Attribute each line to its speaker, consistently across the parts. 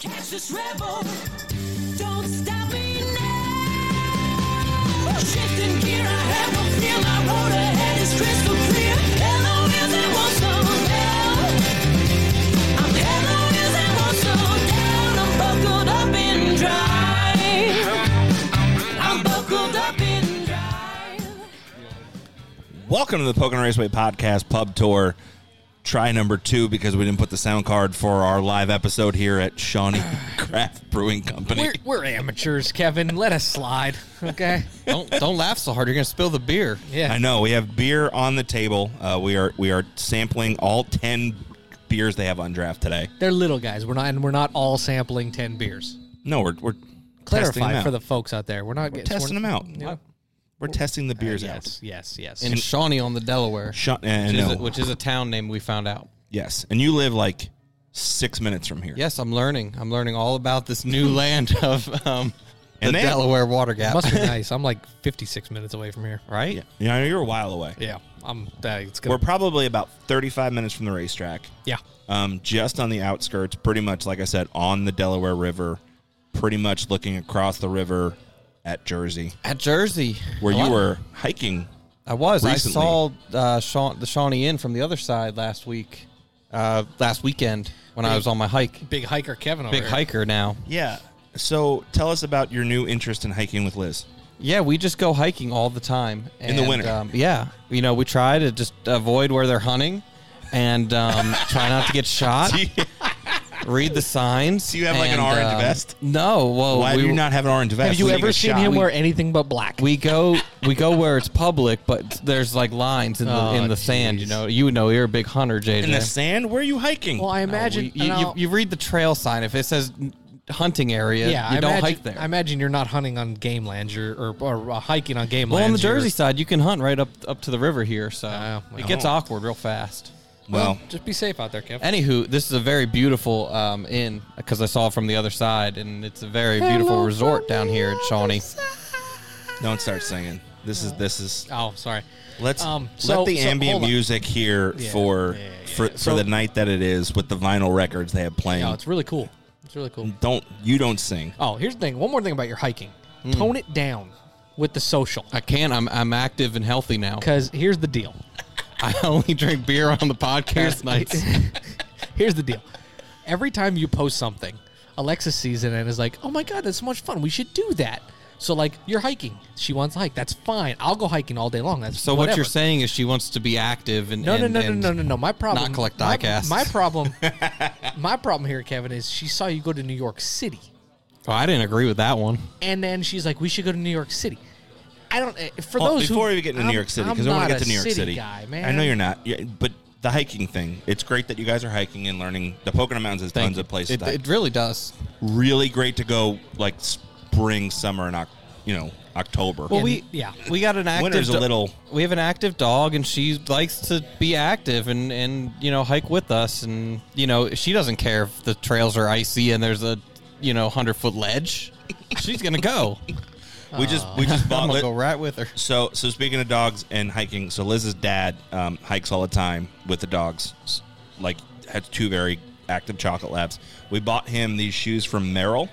Speaker 1: Catch this rebel. Don't stop me now. Shifting gear, I have no fear. My road ahead is crystal clear. Hello, is I want some down. I'm hello, is I want some down. I'm buckled up in drive. I'm buckled up in drive.
Speaker 2: Welcome to the Poker and Raceway Podcast Pub Tour. Try number two because we didn't put the sound card for our live episode here at Shawnee Craft Brewing Company.
Speaker 3: We're, we're amateurs, Kevin. Let us slide, okay?
Speaker 4: don't don't laugh so hard. You're gonna spill the beer.
Speaker 3: Yeah.
Speaker 2: I know we have beer on the table. Uh, we are we are sampling all ten beers they have on draft today.
Speaker 3: They're little guys. We're not, and we're not all sampling ten beers.
Speaker 2: No, we're we're testing them
Speaker 3: Clarify
Speaker 2: out.
Speaker 3: for the folks out there. We're not
Speaker 2: we're
Speaker 3: getting
Speaker 2: testing them out.
Speaker 3: Yeah. Uh,
Speaker 2: We're testing the beers
Speaker 3: Yes, yes, yes.
Speaker 4: In Shawnee on the Delaware,
Speaker 2: out. Sha- and
Speaker 4: which, is
Speaker 2: no,
Speaker 4: a, which is a town name we found out.
Speaker 2: yes, and you live like six minutes from here.
Speaker 4: Yes, I'm learning. I'm learning all about this new land of um, the
Speaker 2: And they-
Speaker 4: Delaware Water Gap.
Speaker 3: Must be nice. I'm like 56 minutes away from here.
Speaker 4: right?
Speaker 2: you know you're a while away.
Speaker 3: Yeah, I'm. Uh, it's
Speaker 2: We're
Speaker 3: gonna.
Speaker 2: probably about thirty-five minutes from the racetrack.
Speaker 3: yeah,
Speaker 2: um, just on the outskirts, pretty much, like I said, on the Delaware River, pretty much looking across the river at Jersey,
Speaker 4: At Jersey, Oh,
Speaker 2: where
Speaker 4: I
Speaker 2: you
Speaker 4: like-
Speaker 2: were hiking.
Speaker 4: I was.
Speaker 2: recently.
Speaker 4: I saw uh, Shaw, the Shawnee Inn from the other side last week, uh, last weekend when I was on my hike.
Speaker 3: big hiker, Kevin. Over
Speaker 4: Big
Speaker 3: here.
Speaker 4: hiker now.
Speaker 2: Yeah. So tell us about your new interest in hiking with Liz.
Speaker 4: Yeah, we just go hiking all the time
Speaker 2: In the
Speaker 4: And,
Speaker 2: winter.
Speaker 4: Um, yeah, you know, we try to just avoid where they're hunting, and um, try not to get shot. Read the signs. um,
Speaker 2: Do you have, like, an orange vest?
Speaker 4: No. Well,
Speaker 2: Why
Speaker 4: we,
Speaker 2: do you not have an orange vest?
Speaker 3: Have you
Speaker 2: You'll
Speaker 3: ever
Speaker 2: get
Speaker 3: seen
Speaker 2: shot.
Speaker 3: him
Speaker 2: We-
Speaker 3: wear anything but black?
Speaker 4: We go we go where it's public, but there's like lines in the
Speaker 3: Oh,
Speaker 4: in the sand. You know, you would know you're a big hunter, JJ.
Speaker 2: in the sand? Where are you hiking?
Speaker 3: well, I imagine.
Speaker 4: you, you,
Speaker 3: and
Speaker 4: you,
Speaker 3: I'll-
Speaker 4: you read the trail sign. If it says n- hunting area,
Speaker 3: yeah,
Speaker 4: you
Speaker 3: I
Speaker 4: don't
Speaker 3: imagine,
Speaker 4: hike there.
Speaker 3: I imagine you're not hunting on game lands, you're, or or uh, hiking on game
Speaker 4: well, on the
Speaker 3: lands. you're-
Speaker 4: Jersey side, you can hunt right up up to the river here, so
Speaker 3: Oh,
Speaker 4: it
Speaker 3: well.
Speaker 4: gets awkward real fast.
Speaker 2: well,
Speaker 3: just be safe out there, Kevin.
Speaker 4: Anywho, this is a very beautiful um, inn because I saw it from the other side, and it's a very beautiful resort down here at Shawnee.
Speaker 2: don't start singing. This is this is.
Speaker 3: Oh, sorry.
Speaker 2: Let's
Speaker 3: Um, so-
Speaker 2: let the
Speaker 3: so,
Speaker 2: ambient
Speaker 3: hold on.
Speaker 2: music here for
Speaker 3: yeah, yeah,
Speaker 2: for for
Speaker 3: So-
Speaker 2: the night that it is with the vinyl records they have playing.
Speaker 3: No, it's really cool. It's really cool.
Speaker 2: don't you don't sing.
Speaker 3: Oh, here's the thing. One more thing about your hiking.
Speaker 4: Hmm.
Speaker 3: Tone it down with the social.
Speaker 4: I can. I'm I'm active and healthy now.
Speaker 3: Because here's the deal.
Speaker 4: I only drink beer on the podcast nights.
Speaker 3: Here's the deal. Every time you post something, Alexa sees it and is like, oh my God, that's so much fun. We should do that. So, like, you're hiking. She wants to hike. That's fine. I'll go hiking all day long. That's
Speaker 4: So what
Speaker 3: whatever.
Speaker 4: you're saying is she wants to be active and
Speaker 3: No,
Speaker 4: and,
Speaker 3: no, no,
Speaker 4: and
Speaker 3: no, no, no, no. My problem.
Speaker 4: not collect
Speaker 3: my-
Speaker 4: diecasts.
Speaker 3: My, problem. my problem here, Kevin, is she saw you go to New York City,
Speaker 4: Oh, I didn't agree with that one.
Speaker 3: and then she's like, "We should go to New York City." I don't. eh, For
Speaker 2: Well,
Speaker 3: those
Speaker 2: before
Speaker 3: who,
Speaker 2: we get into
Speaker 3: I'm-
Speaker 2: New York City,
Speaker 3: I'm
Speaker 2: because I want
Speaker 3: not
Speaker 2: to get
Speaker 3: a
Speaker 2: to New York City.
Speaker 3: guy, man.
Speaker 2: I know you're not, yeah, but the hiking thing—it's great that you guys are hiking and learning. The Pocono Mountains has
Speaker 4: Thank
Speaker 2: tons
Speaker 4: you.
Speaker 2: of places.
Speaker 4: It,
Speaker 2: to hike.
Speaker 4: it really does.
Speaker 2: really great to go like spring, summer, and Oc- you know October.
Speaker 4: Well,
Speaker 3: And-
Speaker 4: we
Speaker 3: yeah.
Speaker 4: we got an active.
Speaker 2: Winter's a
Speaker 4: do-
Speaker 2: little-
Speaker 4: We have an active dog, and she likes to be active and and you know hike with us, and you know she doesn't care if the trails are icy and there's a you know hundred foot ledge. She's gonna go.
Speaker 2: we just we just
Speaker 4: I'm
Speaker 2: bought.
Speaker 4: gonna
Speaker 2: Li-
Speaker 4: go right with her.
Speaker 2: so so speaking of dogs and hiking, so Liz's dad um, hikes all the time with the dogs. S- Like has two very active chocolate labs. We bought him these shoes from Merrill,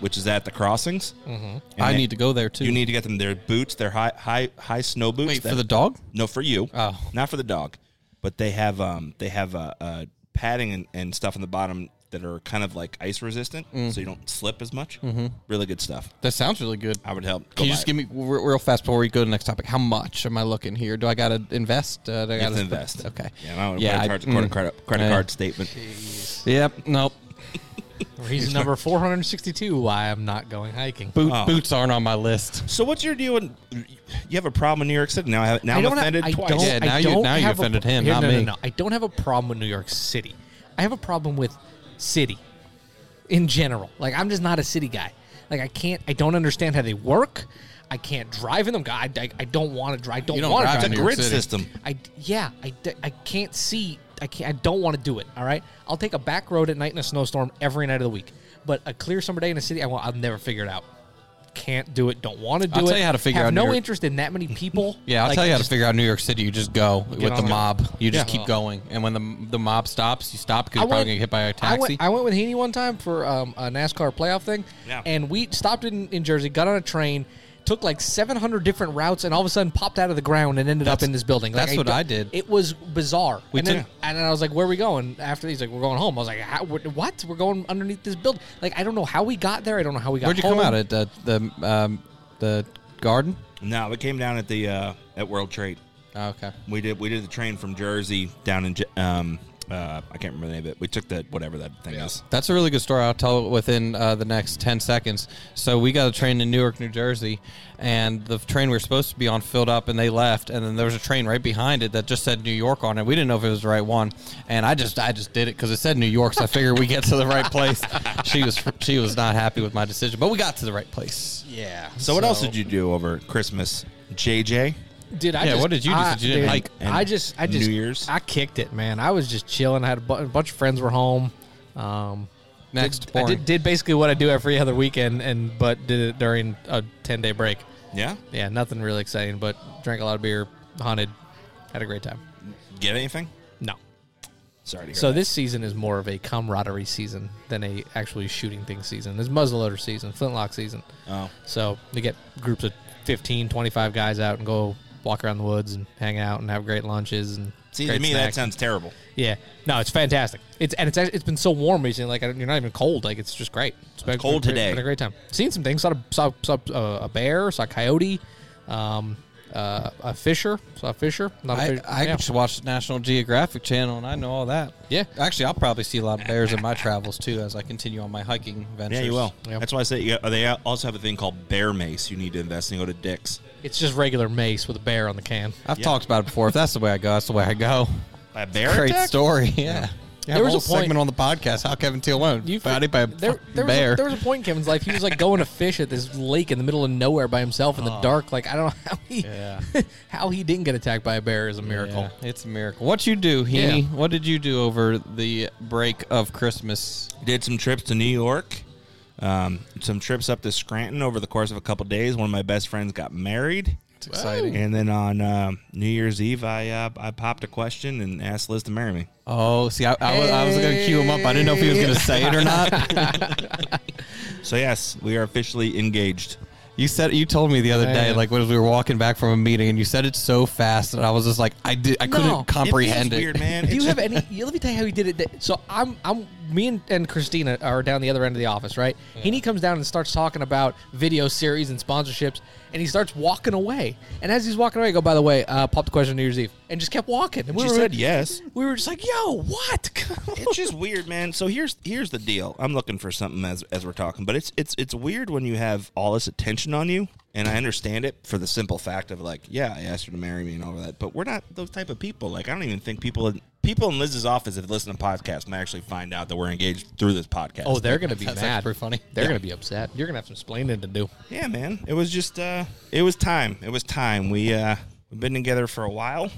Speaker 2: which is at the crossings. Mm-hmm.
Speaker 4: I need to go there too.
Speaker 2: You need to get them their boots, their high high high snow boots.
Speaker 4: wait for
Speaker 2: that-
Speaker 4: the dog.
Speaker 2: No, for you.
Speaker 4: Oh.
Speaker 2: not for the dog. But they have um they have uh, uh padding and, and stuff in the bottom that are kind of like ice resistant,
Speaker 4: Mm.
Speaker 2: so you don't slip as much. Mm-hmm. Really good stuff.
Speaker 4: That sounds really good.
Speaker 2: I would help.
Speaker 4: Can you just give me re- real fast before we go to the next topic? How much am I looking here? Do I got to invest? Uh, do I got
Speaker 2: to invest?
Speaker 4: Okay.
Speaker 2: Yeah, no,
Speaker 4: Yeah, I-
Speaker 2: credit, card, credit,
Speaker 4: mm.
Speaker 2: card, credit
Speaker 4: Yeah.
Speaker 2: card statement.
Speaker 4: Yep. Nope.
Speaker 3: Reason number 462 why I'm not going hiking.
Speaker 4: Boot,
Speaker 2: Oh.
Speaker 4: Boots aren't on my list.
Speaker 2: So what's your deal? In, you have a problem in New York City now. I have, now I'm
Speaker 3: don't
Speaker 2: offended
Speaker 3: I
Speaker 2: twice.
Speaker 3: don't-
Speaker 4: Yeah,
Speaker 3: I
Speaker 4: now you-
Speaker 3: don't
Speaker 4: now you
Speaker 3: have a-
Speaker 4: offended him, not
Speaker 3: no, no,
Speaker 4: me.
Speaker 3: no. I don't have a problem with New York City. I have a problem with city in general. Like I'm just not a city guy. Like I can't. I don't understand how they work. I can't drive in them. I, I, I don't want to drive. I don't,
Speaker 4: You don't
Speaker 3: want to
Speaker 4: drive
Speaker 3: drive.
Speaker 4: in
Speaker 2: The
Speaker 4: New
Speaker 3: them.
Speaker 4: York
Speaker 2: grid
Speaker 4: City.
Speaker 2: system.
Speaker 3: I yeah, I, d- I can't see. I can't. I don't want to do it. All right, I'll take a back road at night in a snowstorm every night of the week. But a clear summer day in a city, I will I'll never figure it out. can't do it, don't want to do
Speaker 4: I'll
Speaker 3: it.
Speaker 4: tell you how to figure
Speaker 3: have
Speaker 4: out
Speaker 3: no
Speaker 4: New York-
Speaker 3: interest in that many people.
Speaker 4: Yeah, I'll
Speaker 3: Like,
Speaker 4: tell you how to
Speaker 3: just-
Speaker 4: figure out New York City. You just go with
Speaker 3: on
Speaker 4: the
Speaker 3: the-
Speaker 4: mob. You just
Speaker 3: Yeah.
Speaker 4: keep going, and when the the mob stops, you stop because
Speaker 3: I
Speaker 4: you're probably
Speaker 3: went-
Speaker 4: gonna get hit by a
Speaker 3: I
Speaker 4: taxi.
Speaker 3: went, I went with Heaney one time for um, a NASCAR playoff thing,
Speaker 2: Yeah.
Speaker 3: and we stopped in, in Jersey, got on a train, took like 700 different routes, and all of a sudden popped out of the ground and ended up
Speaker 4: That's-
Speaker 3: in this building. Like,
Speaker 4: that's what I did.
Speaker 3: It was bizarre.
Speaker 4: We
Speaker 3: and, then,
Speaker 4: took-
Speaker 3: and then I was like, "Where are we going?" After he's like, "We're going home." I was like, how, wh- "What? We're going underneath this building?" Like, I don't know how we got there. I don't know how we got.
Speaker 4: Where'd you
Speaker 3: home.
Speaker 4: come out at the the um, the garden?
Speaker 2: No, it came down at the uh, at World Trade.
Speaker 4: Oh, okay,
Speaker 2: We did we did the train from Jersey down in Je- um uh, I can't remember the name of it. We took that whatever that thing is.
Speaker 4: that's a really good story. I'll tell it within uh, the next ten seconds. So we got a train in Newark, New Jersey, and the train we were supposed to be on filled up, and they left, and then there was a train right behind it that just said New York on it. We didn't know if it was the right one, and I just I just did it because it said New York, so I figured we get to the right place. She was she was not happy with my decision, but we got to the right place.
Speaker 3: Yeah.
Speaker 2: So, what else did you do over Christmas, JJ?
Speaker 3: Did I?
Speaker 4: Yeah,
Speaker 3: Just,
Speaker 4: what did you do
Speaker 3: I,
Speaker 4: since you didn't
Speaker 3: dude,
Speaker 4: hike
Speaker 2: and
Speaker 3: I just, I just,
Speaker 2: New Year's?
Speaker 3: I kicked it, man. I was just chilling. I had a, bu- a bunch of friends were home. Um,
Speaker 4: Next,
Speaker 3: I
Speaker 4: boring.
Speaker 3: did, did basically what I do every other weekend, and but did it during a ten day break.
Speaker 2: Yeah,
Speaker 3: Yeah, nothing really exciting, but drank a lot of beer, hunted, had a great time.
Speaker 2: get anything?
Speaker 3: No,
Speaker 2: Sorry. To hear
Speaker 3: so
Speaker 2: that.
Speaker 3: this season is more of a camaraderie season than a actually shooting thing season. This muzzleloader season, flintlock season.
Speaker 2: Oh.
Speaker 3: So you get groups of 15, 25 guys out and go walk around the woods and hang out and have great lunches and
Speaker 2: see to
Speaker 3: great
Speaker 2: me that
Speaker 3: snacks.
Speaker 2: sounds terrible.
Speaker 3: yeah. No, it's fantastic. It's and it's act- it's been so warm recently. Like I don't- you're not even cold. Like it's just great. It's been
Speaker 2: cold
Speaker 3: been-
Speaker 2: today.
Speaker 3: Been a great time. Seen some things. Saw a, saw, saw uh, a bear. Saw a coyote. Um, uh, a fisher. Saw a fisher. Not a
Speaker 4: I,
Speaker 3: fish-
Speaker 4: I
Speaker 3: yeah.
Speaker 4: just watched National Geographic Channel and I know all that.
Speaker 3: Yeah.
Speaker 4: Actually, I'll probably see a lot of bears in my travels too as I continue on my hiking ventures.
Speaker 2: Yeah, you will.
Speaker 3: Yeah.
Speaker 2: That's why I said you, they also have a thing called bear mace. You need to invest and go to Dick's.
Speaker 3: It's just regular mace with a bear on the can.
Speaker 4: I've
Speaker 2: Yeah.
Speaker 4: talked about it before. If that's the way I go, that's the way I go.
Speaker 2: A bear
Speaker 4: Great
Speaker 2: attack?
Speaker 4: story. Yeah.
Speaker 3: There was a point-
Speaker 4: segment on the podcast how Kevin Teal won. You
Speaker 3: found
Speaker 4: found it by a
Speaker 3: there,
Speaker 4: fucking
Speaker 3: there was
Speaker 4: bear.
Speaker 3: A, there was a point in Kevin's life he was like going to fish at this lake in the middle of nowhere by himself in the dark. Like I don't know how he
Speaker 4: Oh. Yeah.
Speaker 3: how he didn't get attacked by a bear is a miracle.
Speaker 4: Yeah, it's a miracle. What you do, Heaney?
Speaker 3: Yeah.
Speaker 4: What did you do over the break of Christmas?
Speaker 2: Did some trips to New York, um, some trips up to Scranton over the course of a couple days. One of my best friends got married.
Speaker 4: It's exciting.
Speaker 2: And then on um New Year's Eve, I uh, I popped a question and asked Liz to marry me.
Speaker 4: Oh, see, I, I was, I was going to cue him up. I didn't know if he was going to say it or not.
Speaker 2: So yes, we are officially engaged.
Speaker 4: You said you told me the other day,
Speaker 3: Man.
Speaker 4: like when we were walking back from a meeting, and you said it so fast that I was just like, I did, I
Speaker 3: No.
Speaker 4: couldn't
Speaker 3: It
Speaker 4: comprehend
Speaker 2: feels
Speaker 4: it.
Speaker 2: Weird man.
Speaker 3: Do
Speaker 2: It's
Speaker 3: you have any? you- Let me tell you how he did it. that- So I'm, I'm, me and, and Christina are down the other end of the office, right? And he comes down and starts talking about video series and sponsorships, and he starts walking away. And as he's walking away, I go, by the way, uh, pop the question on New Year's Eve, and just kept walking. And we
Speaker 2: She
Speaker 3: were,
Speaker 2: said yes.
Speaker 3: We were just like, yo, what?
Speaker 2: it's just weird, man. So here's here's the deal. I'm looking for something as as we're talking, but it's it's it's weird when you have all this attention on you, and I understand it for the simple fact of like, yeah, I asked her to marry me and all that, but we're not those type of people. Like, I don't even think people in people in Liz's office, if they listen to podcasts, might actually find out that we're engaged through this podcast.
Speaker 3: oh, they're gonna be
Speaker 4: That's
Speaker 3: mad.
Speaker 4: actually pretty funny.
Speaker 3: They're gonna be upset. You're gonna have some explaining to do.
Speaker 2: yeah, man. It was just uh, it was time. It was time. We uh, we've been together for a while,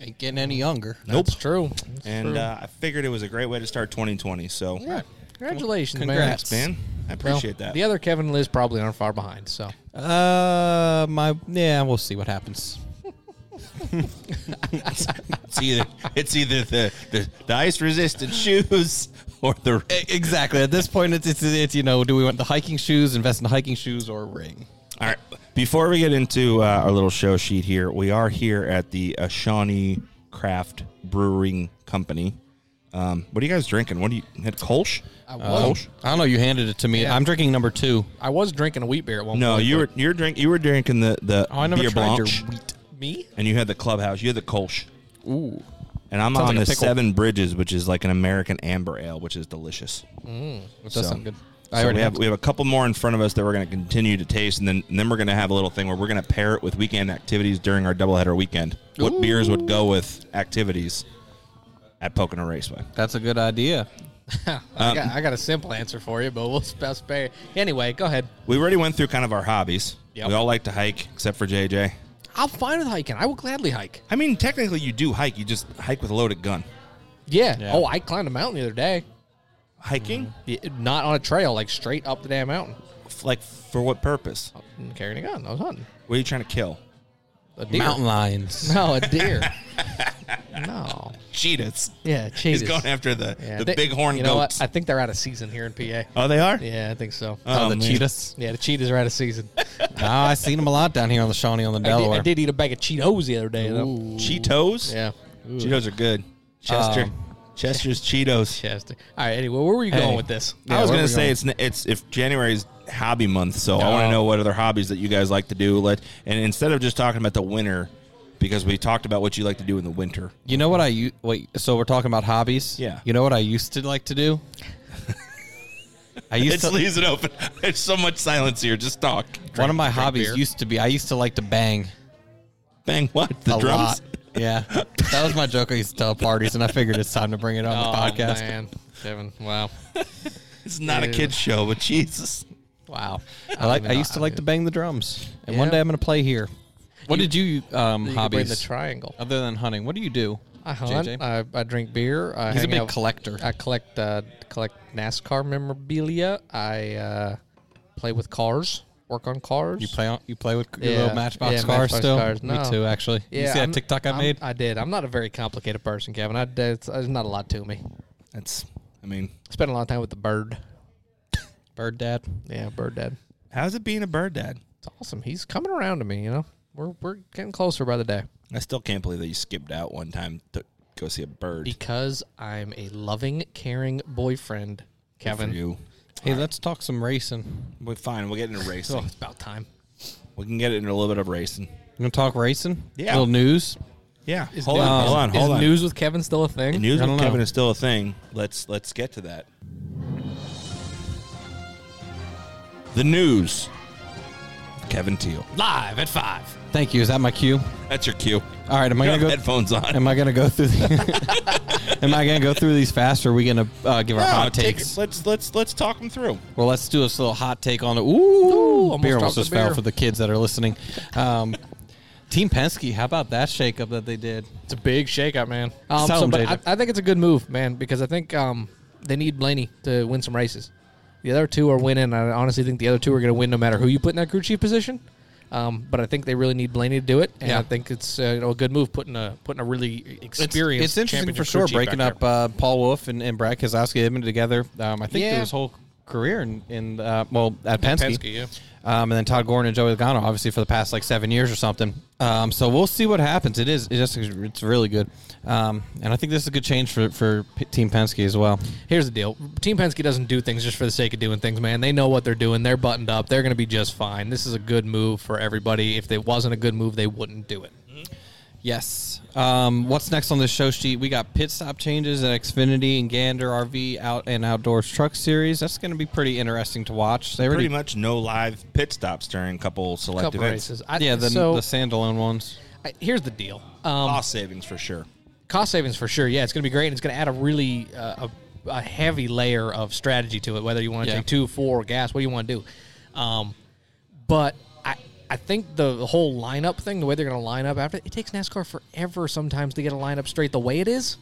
Speaker 4: Ain't getting any younger.
Speaker 3: That's true. That's
Speaker 2: and
Speaker 3: true.
Speaker 2: uh, I figured it was a great way to start 2020. So,
Speaker 3: yeah. congratulations,
Speaker 4: Congrats.
Speaker 3: man.
Speaker 2: man, I
Speaker 3: Well,
Speaker 2: appreciate that.
Speaker 3: The other Kevin and Liz probably aren't far behind. So
Speaker 4: Uh, my yeah, we'll see what happens.
Speaker 2: It's either it's either the, the, the ice resistant shoes or the
Speaker 4: E- Exactly. At this point, it's, it's it's you know, do we want the hiking shoes, invest in hiking shoes, or a ring?
Speaker 2: All right. Before we get into uh, our little show sheet here, we are here at the uh, Shawnee Craft Brewing Company. Um, what are you guys drinking? What do you had Uh, Kolsch?
Speaker 3: I
Speaker 4: Um,
Speaker 3: was,
Speaker 4: I don't know. You handed it to me.
Speaker 3: Yeah.
Speaker 4: I'm drinking number two.
Speaker 3: I was drinking a wheat beer at one
Speaker 2: No,
Speaker 3: point.
Speaker 2: you were you're drink you were drinking the the
Speaker 4: Oh, I never
Speaker 2: beer
Speaker 4: tried your
Speaker 2: blanche,
Speaker 4: wheat.
Speaker 3: me.
Speaker 2: and you had the clubhouse. You had the Kolsch,
Speaker 4: Ooh,
Speaker 2: and I'm
Speaker 4: Sounds
Speaker 2: on
Speaker 4: like a
Speaker 2: the
Speaker 4: pickle.
Speaker 2: Seven Bridges, which is like an American amber ale, which is delicious.
Speaker 4: that does
Speaker 2: So-
Speaker 4: sound good.
Speaker 2: so we
Speaker 4: already
Speaker 2: have we have a couple more in front of us that we're going to continue to taste, and then and then we're going to have a little thing where we're going to pair it with weekend activities during our doubleheader weekend. What beers would go with activities at Pocono Raceway?
Speaker 4: That's a good idea.
Speaker 2: uh,
Speaker 3: I, got, I got a simple answer for you, but we'll spell spare. Anyway, go ahead.
Speaker 2: We already went through kind of our hobbies.
Speaker 3: Yep.
Speaker 2: We all like to hike, except for JJ.
Speaker 3: I'm fine with hiking. I will gladly hike.
Speaker 2: I mean, technically, you do hike. You just hike with a loaded gun.
Speaker 3: Yeah.
Speaker 4: Yeah.
Speaker 3: Oh, I climbed a mountain the other day.
Speaker 2: Hiking?
Speaker 3: Y- Not on a trail, like straight up the damn mountain.
Speaker 2: F- Like for what purpose?
Speaker 3: And carrying a gun. I was hunting.
Speaker 2: What are you trying to kill?
Speaker 3: A deer.
Speaker 4: Mountain lions.
Speaker 3: No, a deer. no.
Speaker 2: Cheetahs.
Speaker 3: Yeah,
Speaker 2: He's
Speaker 3: cheetahs.
Speaker 2: going after the
Speaker 3: Yeah,
Speaker 2: the
Speaker 3: they-
Speaker 2: bighorn
Speaker 3: You know
Speaker 2: goats.
Speaker 3: what? I think they're out of season here in PA.
Speaker 2: oh, they are.
Speaker 3: Yeah, I think so. Um,
Speaker 2: Oh,
Speaker 4: oh, the
Speaker 2: man.
Speaker 4: cheetahs.
Speaker 3: yeah, the cheetahs are out of season. I did-
Speaker 4: No, I seen them a lot down here on the Shawnee on the
Speaker 3: I, did,
Speaker 4: Delaware.
Speaker 3: eat a bag of Cheetos the other day. though.
Speaker 2: Cheetos.
Speaker 3: Yeah. Ooh.
Speaker 2: Cheetos are good. Chester. Chester's Cheetos.
Speaker 3: Chester. All right, anyway, where were you going with this?
Speaker 2: I was
Speaker 4: where
Speaker 2: gonna
Speaker 4: we
Speaker 2: say
Speaker 4: going?
Speaker 2: it's n- it's if January's hobby month, so I want to
Speaker 3: Oh.
Speaker 2: know what other hobbies that you guys like to do. Let and instead of just talking about the winter, because we talked about what you like to do in the winter.
Speaker 4: You know what I u- wait? So we're talking about hobbies.
Speaker 2: Yeah.
Speaker 4: You know what I used to like to do? I used
Speaker 2: It
Speaker 4: to.
Speaker 2: leaves it open. There's so much silence here. Just talk.
Speaker 4: One of my
Speaker 3: drink
Speaker 4: hobbies
Speaker 3: beer.
Speaker 4: used to be I used to like to bang
Speaker 2: Bang! What the
Speaker 4: a
Speaker 2: drums?
Speaker 4: lot. Yeah, that was my joke I used to tell at parties, and I figured it's time to bring it on
Speaker 3: Oh,
Speaker 4: the podcast.
Speaker 3: man. Kevin, wow.
Speaker 2: It's not a
Speaker 3: Ew.
Speaker 2: kids show, but Jesus.
Speaker 3: Wow.
Speaker 4: I like. I used to like to bang the drums, and one
Speaker 3: Yeah.
Speaker 4: day I'm gonna play here. What
Speaker 3: You-
Speaker 4: did you um
Speaker 3: you can
Speaker 4: hobbies Oh,
Speaker 3: bring the triangle.
Speaker 4: other than hunting? What do you do?
Speaker 3: I hunt.
Speaker 4: JJ?
Speaker 3: I, I drink beer. I
Speaker 4: He's a
Speaker 3: hang
Speaker 4: big
Speaker 3: out-
Speaker 4: collector.
Speaker 3: I collect uh, collect NASCAR memorabilia. I uh, play with cars. Work on cars.
Speaker 4: you play on, you play with your
Speaker 3: Yeah.
Speaker 4: little Matchbox
Speaker 3: Yeah,
Speaker 4: cars
Speaker 3: Matchbox
Speaker 4: still.
Speaker 3: cars.
Speaker 4: Me
Speaker 3: No.
Speaker 4: too, actually. you see
Speaker 3: I'm-
Speaker 4: that TikTok I
Speaker 3: I'm-
Speaker 4: made?
Speaker 3: I did. I'm not a very complicated person, Kevin. I did, there's not a lot to me.
Speaker 2: That's. I mean,
Speaker 3: Spent a lot of time with the bird.
Speaker 4: Bird Dad.
Speaker 3: Yeah, bird dad.
Speaker 2: how's it being a bird dad?
Speaker 3: It's awesome. He's coming around to me. You know, we're we're getting closer by the day
Speaker 2: I still can't believe that you skipped out one time to go see a bird.
Speaker 3: because I'm a loving, caring boyfriend,
Speaker 2: Good for
Speaker 3: Kevin.
Speaker 2: you.
Speaker 4: Hey, let's talk some racing.
Speaker 2: We're fine. We'll get into
Speaker 3: Oh,
Speaker 2: racing.
Speaker 3: it's about time.
Speaker 2: We can get into a little bit of racing.
Speaker 4: You gonna talk racing?
Speaker 2: Yeah.
Speaker 4: little news.
Speaker 2: Yeah.
Speaker 3: Is
Speaker 2: hold
Speaker 3: news,
Speaker 2: on. Hold on.
Speaker 3: is
Speaker 2: Hold on.
Speaker 3: news with Kevin still a thing?
Speaker 2: News
Speaker 4: I
Speaker 2: with
Speaker 4: don't
Speaker 2: Kevin
Speaker 4: know.
Speaker 2: is still a thing. Let's let's get to that. The news. Kevin Teal.
Speaker 3: Live at five.
Speaker 4: Thank you. Is that my cue?
Speaker 2: That's your cue.
Speaker 4: All right. Am I
Speaker 2: You have
Speaker 4: gonna go?
Speaker 2: headphones on.
Speaker 4: Am I gonna go through? The, am I gonna go through these fast? Or are we gonna uh, give our
Speaker 2: No,
Speaker 4: hot
Speaker 2: take-
Speaker 4: takes?
Speaker 2: Let's let's let's talk them through.
Speaker 4: Well, let's do this little hot take on the. Ooh,
Speaker 3: almost
Speaker 4: beer
Speaker 3: dropped
Speaker 4: almost
Speaker 3: the
Speaker 4: just fell
Speaker 3: beer.
Speaker 4: for the kids that are listening. Um, Team Penske, how about that shakeup that they did?
Speaker 3: It's a big shakeup, man. Um,
Speaker 4: Tell
Speaker 3: so,
Speaker 4: him,
Speaker 3: but
Speaker 4: JJ.
Speaker 3: I, I think it's a good move, man, because I think um, they need Blaney to win some races. The other two are winning. and I honestly think the other two are going to win no matter who you put in that crew chief position. Um, but I think they really need Blaney to do it, and
Speaker 4: Yeah.
Speaker 3: I think it's uh, you know, a good move putting a putting a really
Speaker 4: It's,
Speaker 3: experienced.
Speaker 4: it's interesting
Speaker 3: champion
Speaker 4: for
Speaker 3: and crew
Speaker 4: sure,
Speaker 3: chief
Speaker 4: breaking
Speaker 3: back
Speaker 4: up
Speaker 3: there.
Speaker 4: uh, Paul Wolf and, and Brad Keselowski, they've been together. Um, I think
Speaker 3: Yeah.
Speaker 4: through his whole career in, in uh, well at Penske,
Speaker 3: Penske, yeah.
Speaker 4: um, and then Todd Gordon and Joey Logano, obviously for the past like seven years or something. Um, so we'll see what happens. It is it is it's really good, um, and I think this is a good change for for P- Team Penske as well.
Speaker 3: Here's the deal: Team Penske doesn't do things just for the sake of doing things, man. They know what they're doing. They're buttoned up. They're going to be just fine. This is a good move for everybody. If it wasn't a good move, they wouldn't do it.
Speaker 4: Yes. Um, what's next on this show sheet? We got pit stop changes at Xfinity and Gander RV out and outdoors truck series. That's going to be pretty interesting to watch. They already,
Speaker 2: Pretty much no live pit stops during a couple select
Speaker 3: couple
Speaker 2: events.
Speaker 3: races. I,
Speaker 4: yeah, the
Speaker 3: so
Speaker 4: the standalone ones.
Speaker 3: I- here's the deal. Um,
Speaker 2: Cost savings for sure.
Speaker 3: cost savings for sure. Yeah, it's going to be great, and it's going to add a really uh, a, a heavy layer of strategy to it. Whether you want to
Speaker 4: Yeah.
Speaker 3: take two, four, or gas, what do you want to do? Um, but I I think the, the whole lineup thing, the way they're going to line up after it takes NASCAR forever sometimes to get a lineup straight the way it is.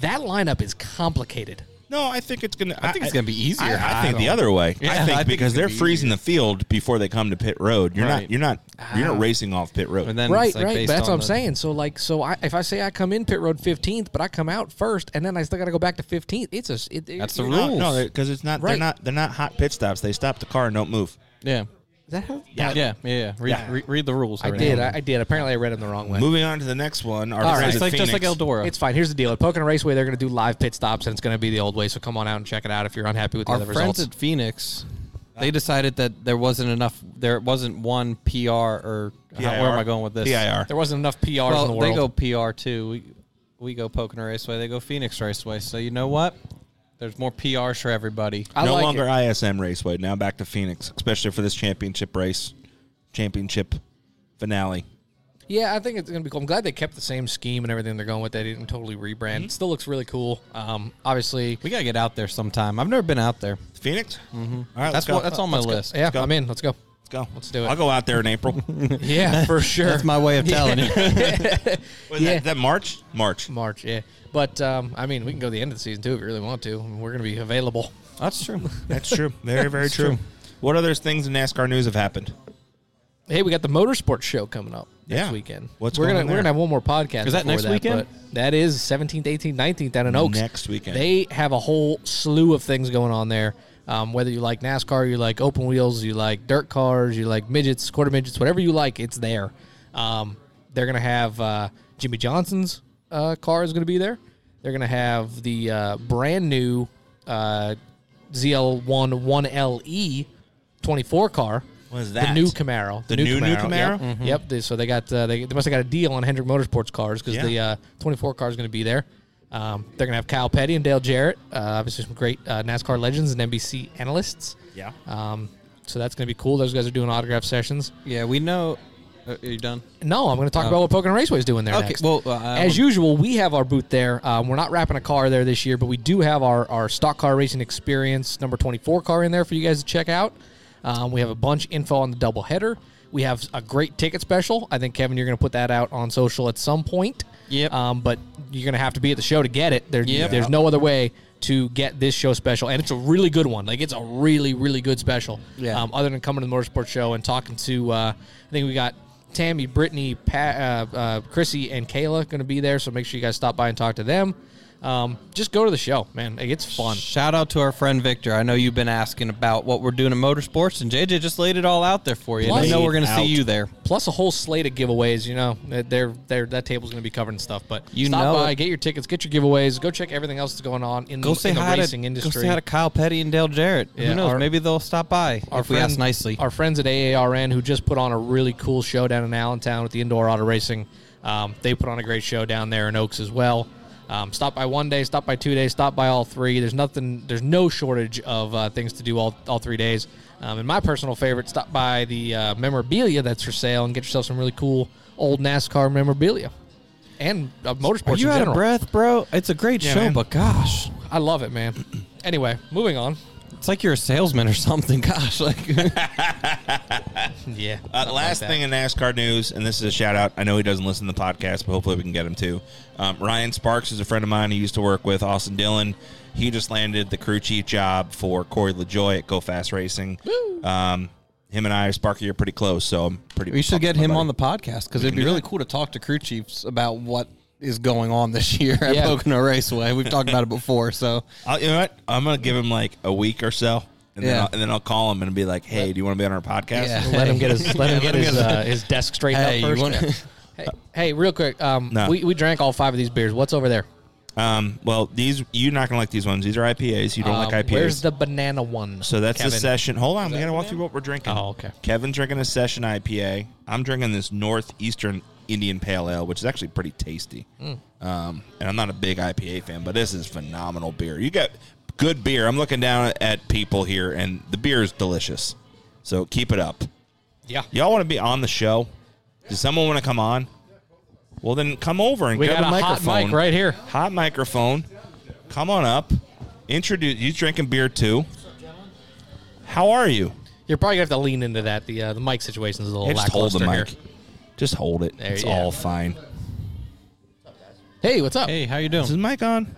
Speaker 3: That lineup is complicated.
Speaker 2: No, I think it's gonna.
Speaker 4: I think it's gonna be easier.
Speaker 2: I,
Speaker 4: I
Speaker 2: think the
Speaker 4: don't-
Speaker 2: other way. I
Speaker 4: Yeah, I
Speaker 2: think
Speaker 4: think
Speaker 2: because
Speaker 4: it's gonna
Speaker 2: they're
Speaker 4: be
Speaker 2: freezing the field before they come to pit road. You're
Speaker 4: Right. Ah.
Speaker 2: not. You're not. You're not racing off pit road.
Speaker 4: And then
Speaker 3: right,
Speaker 4: it's, like,
Speaker 3: right.
Speaker 4: based
Speaker 3: But that's what
Speaker 4: on
Speaker 3: I'm
Speaker 4: the-
Speaker 3: saying. So like, so I, if I say I come in pit road 15th, but I come out first, and then I still got to go back to 15th. It's a it,
Speaker 4: That's
Speaker 3: it-
Speaker 4: the
Speaker 2: no,
Speaker 4: rules.
Speaker 2: no, because it's not. They're
Speaker 3: Right.
Speaker 2: not. They're not hot pit stops. They stop the car and don't move.
Speaker 4: Yeah.
Speaker 3: Is that how?
Speaker 4: Yeah. Yeah. Yeah. Read,
Speaker 2: Yeah.
Speaker 4: re- read the rules.
Speaker 3: I
Speaker 4: every
Speaker 3: did.
Speaker 4: now and
Speaker 3: I, I did. Apparently, I read him the wrong way.
Speaker 2: Moving on to the next one. Our
Speaker 3: All
Speaker 4: then.
Speaker 2: friends
Speaker 3: right.
Speaker 4: It's
Speaker 2: at
Speaker 4: like just like
Speaker 2: Phoenix.
Speaker 4: Eldora.
Speaker 3: It's fine. Here's the deal. At Pocono Raceway, they're going to do live pit stops, and it's going to be the old way. So come on out and check it out if you're unhappy with the
Speaker 4: our
Speaker 3: other
Speaker 4: friends
Speaker 3: results.
Speaker 4: at Phoenix. They decided that there wasn't enough. There wasn't one PR or how,
Speaker 2: PIR.
Speaker 4: where am I going with this?
Speaker 2: PIR.
Speaker 3: there wasn't enough PRs in the
Speaker 4: Well, they
Speaker 3: world.
Speaker 4: go PR too. We we go Pocono Raceway. They go Phoenix Raceway. So you know what? There's more PRs for everybody.
Speaker 3: I
Speaker 2: no
Speaker 3: like
Speaker 2: longer
Speaker 3: it.
Speaker 2: ISM Raceway. Now back to Phoenix, especially for this championship race, championship finale.
Speaker 3: Yeah, I think it's going to be cool. I'm glad they kept the same scheme and everything they're going with. They didn't totally rebrand.
Speaker 4: Mm-hmm.
Speaker 3: It still looks really cool. Um, obviously,
Speaker 4: We gotta get out there sometime. I've never been out there.
Speaker 2: Phoenix. Mm-hmm. All right.
Speaker 4: That's
Speaker 2: let's go.
Speaker 4: what, that's on my list.
Speaker 3: yeah,
Speaker 2: go.
Speaker 3: I'm in. Let's go.
Speaker 2: go.
Speaker 3: Let's do it.
Speaker 2: I'll go out there in April.
Speaker 3: Yeah, for sure.
Speaker 4: That's my way of telling you.
Speaker 2: Was
Speaker 3: Yeah.
Speaker 2: that, that March? March.
Speaker 3: March, yeah. But um, I mean, we can go the end of the season too if you really want to. I mean, we're going to be available.
Speaker 4: That's true.
Speaker 2: That's true. Very, very
Speaker 4: It's true.
Speaker 2: What other things in NASCAR news have happened?
Speaker 3: Hey, we got the motorsports show coming up next
Speaker 2: Yeah.
Speaker 3: weekend.
Speaker 2: What's
Speaker 3: we're
Speaker 2: going
Speaker 3: gonna
Speaker 2: on
Speaker 3: we're
Speaker 2: there?
Speaker 3: gonna have one more podcast.
Speaker 4: Is
Speaker 3: before
Speaker 4: that next weekend?
Speaker 3: but That is seventeenth, eighteenth, nineteenth down in Oaks.
Speaker 2: Next weekend.
Speaker 3: They have a whole slew of things going on there. Um, whether you like NASCAR, you like open wheels, you like dirt cars, you like midgets, quarter midgets, whatever you like, it's there. Um, they're gonna have uh, Jimmy Johnson's uh, car is gonna be there. They're gonna have the uh, brand new uh, ZL1 1LE 24 E car.
Speaker 2: What is that?
Speaker 3: The new Camaro.
Speaker 2: The new, new Camaro? Mm-hmm.
Speaker 3: Yep. Yep. They- so they got uh, they, they must have got a deal on Hendrick Motorsports cars because
Speaker 2: Yeah.
Speaker 3: the uh, 24 car is going to be there. Um, they're going to have Kyle Petty and Dale Jarrett, uh, obviously some great uh, NASCAR legends and NBC analysts.
Speaker 2: Yeah.
Speaker 3: Um, so that's going to be cool. Those guys are doing autograph sessions.
Speaker 4: Yeah, we know. Uh, are you done?
Speaker 3: No, I'm going to talk about what Pocono Raceway is doing there
Speaker 4: Oh. Okay,
Speaker 3: next.
Speaker 4: well, uh, I
Speaker 3: as
Speaker 4: would-
Speaker 3: usual, we have our booth there. Um, we're not wrapping a car there this year, but we do have our, our stock car racing experience number 24 car in there for you guys to check out. Um, we have a bunch of info on the double header. We have a great ticket special. I think Kevin, you're going to put that out on social at some point.
Speaker 4: Yep.
Speaker 3: Um, but you're going to have to be at the show to get it. There,
Speaker 4: Yep.
Speaker 3: There's no other way to get this show special, and it's a really good one. Like it's a really, really good special.
Speaker 4: Yeah.
Speaker 3: Um, other than coming to the motorsports show and talking to, uh, I think we got Tammy, Brittany, Pat, uh, uh, Chrissy, and Kayla going to be there. So make sure you guys stop by and talk to them. Um, just go to the show, man. Like, it's fun.
Speaker 4: Shout out to our friend Victor. I know you've been asking about what we're doing in motorsports, and JJ just laid it all out there for you. and I
Speaker 3: Laid
Speaker 4: know we're going to see
Speaker 2: out.
Speaker 4: you there.
Speaker 3: Plus a whole slate of giveaways. You know, they're, they're, that table's going to be covered and stuff. But
Speaker 4: You
Speaker 3: stop
Speaker 4: know
Speaker 3: by,
Speaker 4: it.
Speaker 3: get your tickets, get your giveaways, go check everything else that's going on in,
Speaker 4: Go
Speaker 3: the,
Speaker 4: say
Speaker 3: in the
Speaker 4: hi
Speaker 3: racing
Speaker 4: to
Speaker 3: industry.
Speaker 4: go say hi to Kyle Petty and Dale Jarrett.
Speaker 3: Yeah,
Speaker 4: Who knows?
Speaker 3: our-
Speaker 4: maybe they'll stop by if we ask
Speaker 3: friend-
Speaker 4: nicely.
Speaker 3: Our friends at AARN who just put on a really cool show down in Allentown with the indoor auto racing. Um, they put on a great show down there in Oaks as well. Um, stop by one day, stop by two days, stop by all three. There's nothing, there's no shortage of uh, things to do all, all three days. Um, and my personal favorite, stop by the uh, memorabilia that's for sale and get yourself some really cool old NASCAR memorabilia and uh, motorsports.
Speaker 4: Are you
Speaker 3: in
Speaker 4: out
Speaker 3: general.
Speaker 4: of breath, bro? It's a great show,
Speaker 2: man.
Speaker 4: but gosh,
Speaker 3: I love it, man. anyway, moving on.
Speaker 4: it's like you're a salesman or something. Gosh, like
Speaker 3: Yeah.
Speaker 2: Uh, last thing in NASCAR news, and this is a shout out. I know he doesn't listen to the podcast, but hopefully we can get him too. Um, Ryan Sparks is a friend of mine. He used to work with Austin Dillon. He just landed the crew chief job for Corey LaJoy at Go Fast Racing. Um, him and I, Sparky, are pretty close, so I'm pretty.
Speaker 4: we should
Speaker 2: pumped
Speaker 4: get
Speaker 2: for my
Speaker 4: him
Speaker 2: buddy.
Speaker 4: on the podcast because it'd be really cool to talk to crew chiefs about what is going on this year at
Speaker 3: Yeah.
Speaker 4: Pocono Raceway. We've talked about it before, so
Speaker 2: I'll, you know what? I'm gonna give him like a week or so, and then
Speaker 4: Yeah.
Speaker 2: I'll, and then I'll call him and be like, "Hey, do you want to be on our podcast?"
Speaker 4: Yeah.
Speaker 3: Let him get his let him get
Speaker 4: him
Speaker 3: his,
Speaker 4: get
Speaker 3: uh, his desk straight
Speaker 4: Hey,
Speaker 3: up first.
Speaker 4: you wanna-
Speaker 3: hey, hey, real quick, um,
Speaker 2: No.
Speaker 3: we, we drank all five of these beers. What's over there?
Speaker 2: Um, well, these you're not gonna like these ones. These are IPAs. You don't
Speaker 3: Um,
Speaker 2: like IPAs.
Speaker 3: Where's the banana one?
Speaker 2: so that's the
Speaker 3: Kevin?
Speaker 2: session. Hold on, we gotta walk through what we're drinking.
Speaker 3: Oh, okay.
Speaker 2: Kevin's drinking a session IPA. I'm drinking this northeastern Indian Pale Ale, which is actually pretty tasty.
Speaker 3: Mm.
Speaker 2: Um, and I'm not a big IPA fan, but this is phenomenal beer. You got good beer. I'm looking down at people here, and the beer is delicious. So keep it up.
Speaker 3: Yeah.
Speaker 2: Y'all want to be on the show? Does someone want to come on? Well, then come over and
Speaker 3: We
Speaker 2: grab
Speaker 3: got a hot
Speaker 2: microphone.
Speaker 3: mic right here.
Speaker 2: Hot microphone. Come on up. Introduce. You drinking beer too? How are you?
Speaker 3: You're probably gonna have to lean into that. The uh, the mic situation is a little
Speaker 2: Hey, just hold the
Speaker 3: lackluster
Speaker 2: mic. Just hold it.
Speaker 3: There,
Speaker 2: it's
Speaker 3: yeah.
Speaker 2: all fine.
Speaker 3: here. Hey, what's up?
Speaker 4: hey, how you
Speaker 2: Is the
Speaker 4: doing?
Speaker 2: mic on?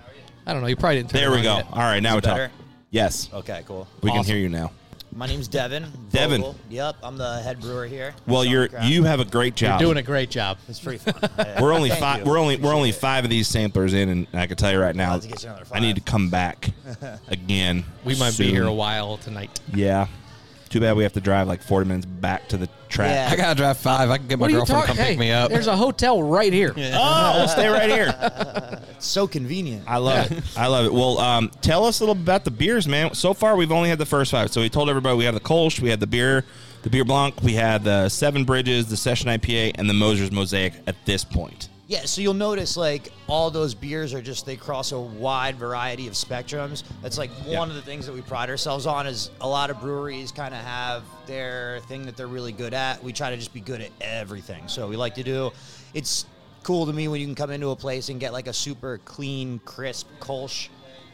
Speaker 3: I don't know. You probably didn't. Turn
Speaker 2: There
Speaker 3: it
Speaker 2: we
Speaker 3: on
Speaker 2: go.
Speaker 3: yet.
Speaker 2: All right, now we're
Speaker 5: better?
Speaker 2: talking. Yes,
Speaker 5: Okay, cool.
Speaker 2: we can
Speaker 3: Awesome.
Speaker 2: hear you now.
Speaker 5: My name's Devin.
Speaker 2: Devin.
Speaker 5: Vogel. Yep, I'm the head brewer here.
Speaker 2: Well,
Speaker 5: Sorry,
Speaker 2: you're
Speaker 5: crap.
Speaker 2: you have a great
Speaker 3: You're
Speaker 2: job.
Speaker 3: doing a great job.
Speaker 5: It's pretty fun. Yeah.
Speaker 2: We're only
Speaker 5: Thank
Speaker 2: five.
Speaker 5: you.
Speaker 2: We're only we're
Speaker 5: Appreciate
Speaker 2: only
Speaker 5: it.
Speaker 2: five of these samplers in, and I can tell you right now,
Speaker 5: have to get you another
Speaker 2: I need to
Speaker 5: five.
Speaker 2: come back again.
Speaker 3: We might be here
Speaker 2: soon.
Speaker 3: a while tonight.
Speaker 2: Yeah. Too bad we have to drive like 40 minutes back to the track.
Speaker 4: I gotta drive five. I can get my girlfriend to come
Speaker 3: Hey,
Speaker 4: pick me up.
Speaker 3: there's a hotel right here.
Speaker 2: Oh, we'll stay right here.
Speaker 5: It's so convenient.
Speaker 2: I love it. I love it. Well, um, tell us a little about the beers, man. So far, we've only had the first five. So we told everybody we have the Kolsch, we had the beer, the beer blanc, we had the Seven Bridges, the Session IPA, and the Moser's Mosaic at this point.
Speaker 5: Yeah, so you'll notice like all those beers are just they cross a wide variety of spectrums. That's like one
Speaker 2: Yeah.
Speaker 5: of the things that we pride ourselves on is a lot of breweries kind of have their thing that they're really good at. We try to just be good at everything. So we like to do it's cool to me when you can come into a place and get like a super clean, crisp Kolsch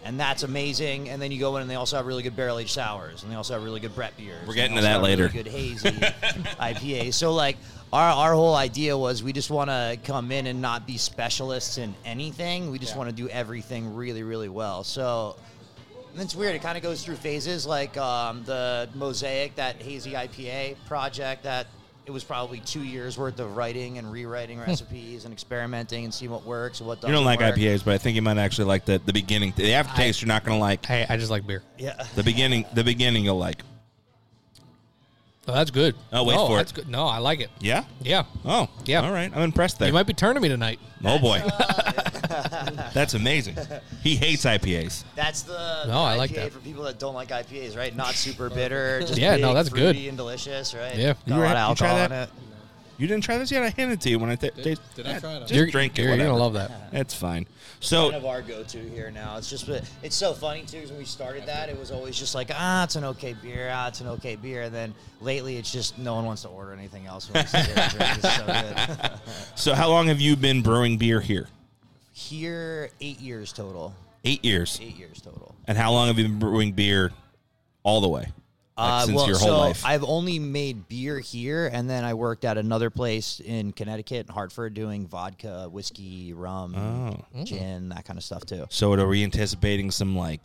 Speaker 5: and that's amazing. And then you go in, and they also have really good barrel aged sours, and they also have really good Brett beers.
Speaker 2: We're getting
Speaker 5: and
Speaker 2: to
Speaker 5: they also
Speaker 2: that
Speaker 5: have really
Speaker 2: later.
Speaker 5: good hazy IPA. So like our our whole idea was we just want to come in and not be specialists in anything. We just want to do everything really really well. So and it's weird. It kind of goes through phases, like um, the mosaic, that hazy IPA project. That it was probably two years worth of writing and rewriting recipes and experimenting and seeing what works and what
Speaker 2: You
Speaker 5: doesn't.
Speaker 2: don't like
Speaker 5: work.
Speaker 2: IPAs, but I think you might actually like the, the beginning. The aftertaste you're not going to like.
Speaker 3: Hey, I just like beer.
Speaker 5: Yeah.
Speaker 2: The beginning, the beginning you'll like.
Speaker 3: Oh, that's good.
Speaker 2: Oh, wait for it.
Speaker 3: that's Good. No, I like it.
Speaker 2: Yeah.
Speaker 3: Yeah.
Speaker 2: Oh.
Speaker 3: Yeah.
Speaker 2: All right. I'm impressed there.
Speaker 3: You might be turning me tonight.
Speaker 2: oh boy. That's amazing. He hates IPAs.
Speaker 5: That's the
Speaker 3: No, I like
Speaker 5: IPA
Speaker 3: that.
Speaker 5: for people that don't like IPAs, right? Not super bitter. Just
Speaker 3: Yeah,
Speaker 5: big,
Speaker 3: no, that's good.
Speaker 5: fruity and delicious, right?
Speaker 3: Yeah.
Speaker 5: Got
Speaker 2: You
Speaker 5: a
Speaker 2: were-
Speaker 5: lot of
Speaker 2: you try
Speaker 5: alcohol in
Speaker 2: that?
Speaker 5: it.
Speaker 2: You didn't try this yet. I handed it to you when I th- did.
Speaker 4: did I try it?
Speaker 2: Just drink it.
Speaker 3: You're, you're gonna
Speaker 2: whatever.
Speaker 3: love that.
Speaker 2: That's fine.
Speaker 5: Kind
Speaker 2: So
Speaker 5: of our go-to here now. It's just it's so funny too because when we started that, it was always just like ah, it's an okay beer, ah, it's an okay beer, and then lately it's just no one wants to order anything else. When we sit there and drink. It's so good.
Speaker 2: so how long have you been brewing beer here?
Speaker 5: Here, eight years total.
Speaker 2: Eight years.
Speaker 5: Eight years total.
Speaker 2: And how long have you been brewing beer all the way? Like,
Speaker 5: Uh,
Speaker 2: since
Speaker 5: well,
Speaker 2: your whole
Speaker 5: so
Speaker 2: life.
Speaker 5: I've only made beer here, and then I worked at another place in Connecticut, in Hartford, doing vodka, whiskey, rum,
Speaker 2: Oh. Mm.
Speaker 5: gin, that kind of stuff too.
Speaker 2: so are we anticipating some like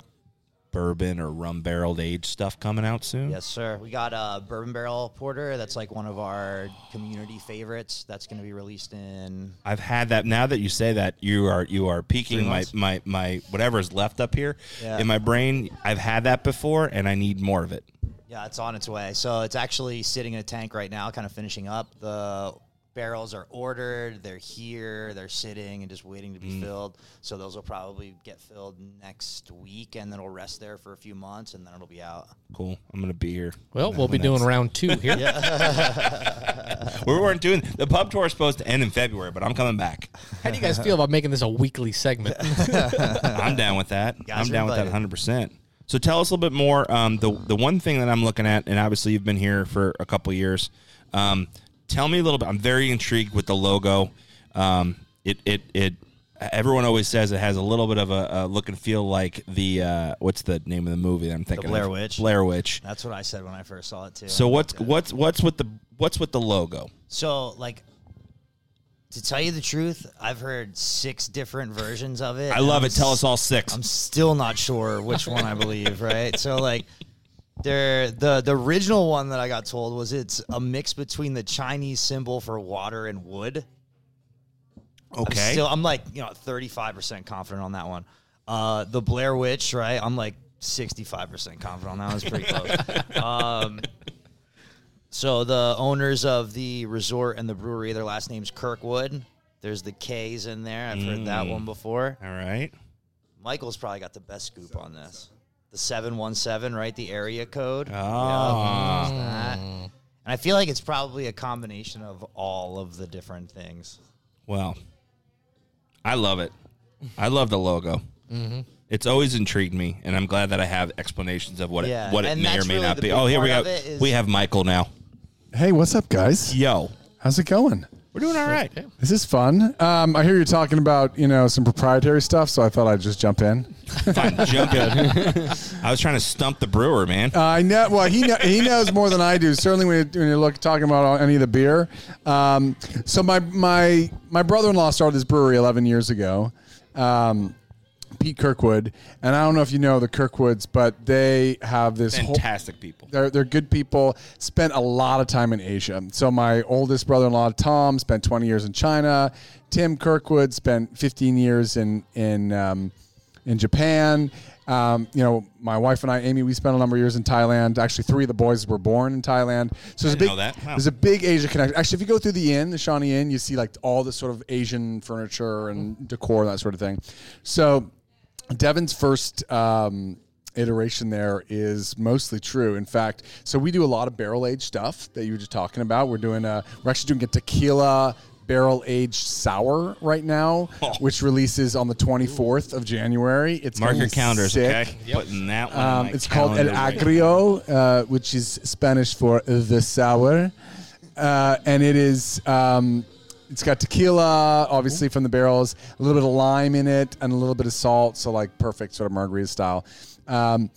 Speaker 2: bourbon or rum barreled age stuff coming out soon?
Speaker 5: Yes, sir. We got a bourbon barrel porter. That's like one of our community favorites. That's going to be released in.
Speaker 2: I've had that. Now that you say that, you are you are
Speaker 5: Three
Speaker 2: peaking my,
Speaker 5: months?
Speaker 2: my my whatever is left up here
Speaker 5: Yeah.
Speaker 2: in my brain. I've had that before, and I need more of it.
Speaker 5: Yeah, it's on its way. So it's actually sitting in a tank right now, kind of finishing up. The barrels are ordered. They're here. They're sitting and just waiting to
Speaker 2: Mm.
Speaker 5: be filled. So those will probably get filled next week, and then it'll rest there for a few months, and then it'll be out.
Speaker 2: Cool. I'm gonna be here.
Speaker 3: Well,
Speaker 2: Now
Speaker 3: we'll be
Speaker 2: when
Speaker 3: doing
Speaker 2: that's-
Speaker 3: round two here.
Speaker 2: We weren't doing the pub tour is supposed to end in February, but I'm coming back.
Speaker 3: How do you guys feel about making this a weekly segment?
Speaker 2: I'm down with that.
Speaker 5: Guys
Speaker 2: I'm
Speaker 5: are
Speaker 2: down with that
Speaker 5: invited.
Speaker 2: 100. percent So tell us a little bit more. Um, the the one thing that I'm looking at, and obviously you've been here for a couple years. Um, tell me a little bit. I'm very intrigued with the logo. Um, it it it. Everyone always says it has a little bit of a, a look and feel like the uh, what's the name of the movie that I'm thinking
Speaker 5: Blair
Speaker 2: of?
Speaker 5: Witch.
Speaker 2: Blair Witch.
Speaker 5: That's what I said when I first saw it too.
Speaker 2: So what's what's what's with the what's with the logo?
Speaker 5: So, like, to tell you the truth, I've heard six different versions of it.
Speaker 2: I
Speaker 5: and
Speaker 2: love
Speaker 5: I'm
Speaker 2: it. Tell
Speaker 5: s-
Speaker 2: us all 6
Speaker 5: I'm still not sure which one I believe, right? So, like, there the the original one that I got told was it's a mix between the Chinese symbol for water and wood. I'm
Speaker 2: okay.
Speaker 5: still, I'm like, you know, 35% confident on that one. Uh, the Blair Witch, right? I'm like 65% confident on that one. It's pretty close. um, so the owners of the resort and the brewery, their last name's Kirkwood. There's the K's in there. I've heard that one before.
Speaker 2: Mm. all right.
Speaker 5: Michael's probably got the best scoop on this. The 717, right? The area code.
Speaker 2: Ah.
Speaker 5: Yeah, that. And I feel like it's probably a combination of all of the different things.
Speaker 2: Well, I love it. I love the logo.
Speaker 5: Mm-hmm.
Speaker 2: It's always intrigued me, and I'm glad that I have explanations of what
Speaker 5: Yeah,
Speaker 2: it what it
Speaker 5: and
Speaker 2: may or
Speaker 5: that's
Speaker 2: may
Speaker 5: really
Speaker 2: not
Speaker 5: the
Speaker 2: be.
Speaker 5: big
Speaker 2: Oh, here we
Speaker 5: part
Speaker 2: got
Speaker 5: of it is-
Speaker 2: we have Michael now.
Speaker 6: Hey, what's up, guys?
Speaker 2: Yo,
Speaker 6: How's it going?
Speaker 2: we're doing all right.
Speaker 6: This is fun. Um, I hear you're talking about you know some proprietary stuff, so I thought I'd just jump in.
Speaker 2: Fine, jump in. I was trying to stump the brewer, man.
Speaker 6: Uh, I know. Well, he know, he knows more than I do. Certainly, when you when you look talking about any of the beer. Um, so my my my brother-in-law started this brewery 11 years ago. Um, Pete Kirkwood, and I don't know if you know the Kirkwoods, but they have this whole,
Speaker 2: Fantastic people.
Speaker 6: They're, they're good people. Spent a lot of time in Asia. So my oldest brother-in-law Tom spent 20 years in China. Tim Kirkwood spent 15 years in in um, in Japan. Um, you know, my wife and I, Amy, we spent a number of years in Thailand. Actually, three of the boys were born in Thailand. So there's a
Speaker 2: didn't
Speaker 6: big
Speaker 2: know that. Wow.
Speaker 6: there's a big Asia connection. Actually, if you go through the inn, the Shawnee Inn, you see like all this sort of Asian furniture
Speaker 2: Hmm.
Speaker 6: and decor that sort of thing. So Devin's first um, iteration there is mostly true. In fact, so we do a lot of barrel aged stuff that you were just talking about. We're doing a, we're actually doing a tequila barrel aged sour right now,
Speaker 2: Oh.
Speaker 6: which releases on the 24th of January. It's
Speaker 2: Mark
Speaker 6: gonna
Speaker 2: your
Speaker 6: be
Speaker 2: calendars,
Speaker 6: Oh, sick.
Speaker 2: okay? Putting that one. on
Speaker 6: Um,
Speaker 2: my
Speaker 6: it's called El
Speaker 2: calendar right now.
Speaker 6: Agrio, uh, which is Spanish for the sour, uh, and it is um, It's got tequila, obviously from the barrels, a little bit of lime in it, and a little bit of salt. So like perfect sort of margarita style. Um,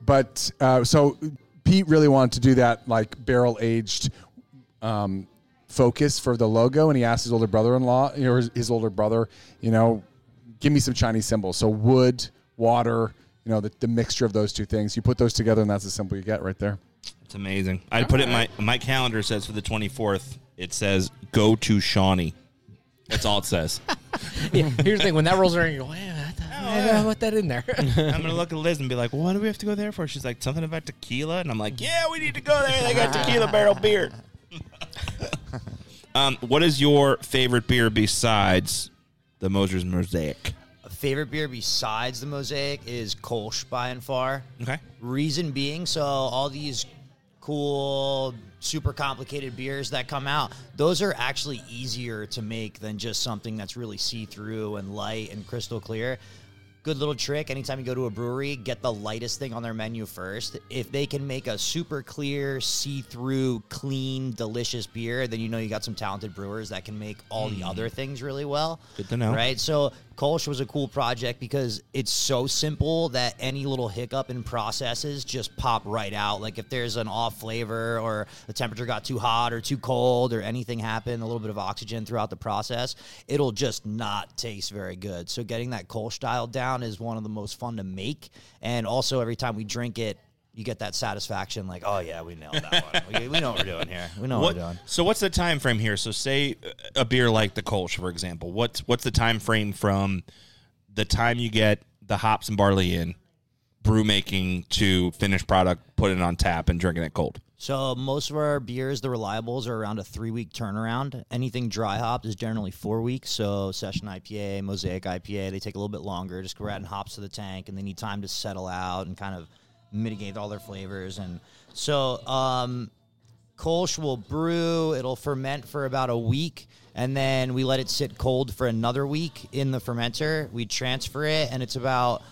Speaker 6: but uh, so Pete really wanted to do that like barrel aged um, focus for the logo, and he asked his older brother-in-law or his, his older brother, you know, give me some Chinese symbols. So wood, water, you know, the, the mixture of those two things. You put those together, and that's the symbol you get right there.
Speaker 2: It's amazing. I put it in my my calendar says for the 24th. It says go to Shawnee. That's all it says.
Speaker 3: Yeah, here's the thing: when that rolls around, you go, "Man, I, thought, I want that in there."
Speaker 2: I'm gonna look at Liz and be like, "What do we have to go there for?" She's like, "Something about tequila," and I'm like, "Yeah, we need to go there. They got tequila barrel beer." um, what is your favorite beer besides the Moser's Mosaic?
Speaker 5: favorite beer besides the Mosaic is Kolsch by and far.
Speaker 2: Okay.
Speaker 5: Reason being, so all these cool, super complicated beers that come out, those are actually easier to make than just something that's really see through and light and crystal clear. Good little trick anytime you go to a brewery, get the lightest thing on their menu first. If they can make a super clear, see through, clean, delicious beer, then you know you got some talented brewers that can make all the other things really well.
Speaker 2: Hmm. Good to know.
Speaker 5: Right? right? So Kolsch was a cool project because it's so simple that any little hiccup in processes just pop right out. Like if there's an off flavor or the temperature got too hot or too cold or anything happened, a little bit of oxygen throughout the process, it'll just not taste very good. So getting that Kolsch style down is one of the most fun to make. And also every time we drink it, you get that satisfaction like, oh yeah, we nailed that one. We, we know what we're doing here. We know what, we're doing.
Speaker 2: So what's the time frame here? So say uh, a beer like the Kolsch, for example. What's what's the time frame from the time you get the hops and barley in, brew making to finished product, putting it on tap and drinking it cold?
Speaker 5: So most of our beers, the reliables, are around a three-week turnaround. Anything dry hopped is generally four weeks. So Session IPA, Mosaic IPA, they take a little bit longer. Just we're adding hops to the tank, and they need time to settle out and kind of mitigate all their flavors. And so um, Kolsch will brew. It'll ferment for about a week, and then we let it sit cold for another week in the fermenter. We transfer it, and it's about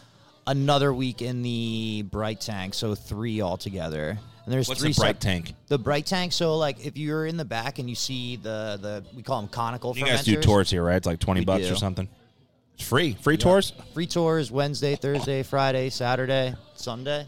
Speaker 5: another week in the bright tank. So three altogether. And there's
Speaker 2: What's
Speaker 5: three
Speaker 2: the bright
Speaker 5: sep-
Speaker 2: tank?
Speaker 5: The bright tank. So like if you're in the back and you see the the we call them conical.
Speaker 2: You guys do
Speaker 5: fermenters.
Speaker 2: tours here, right? It's like twenty
Speaker 5: We
Speaker 2: bucks
Speaker 5: do.
Speaker 2: or something. It's free, free tours.
Speaker 5: Free tours Wednesday, Thursday, Friday, Saturday, Sunday.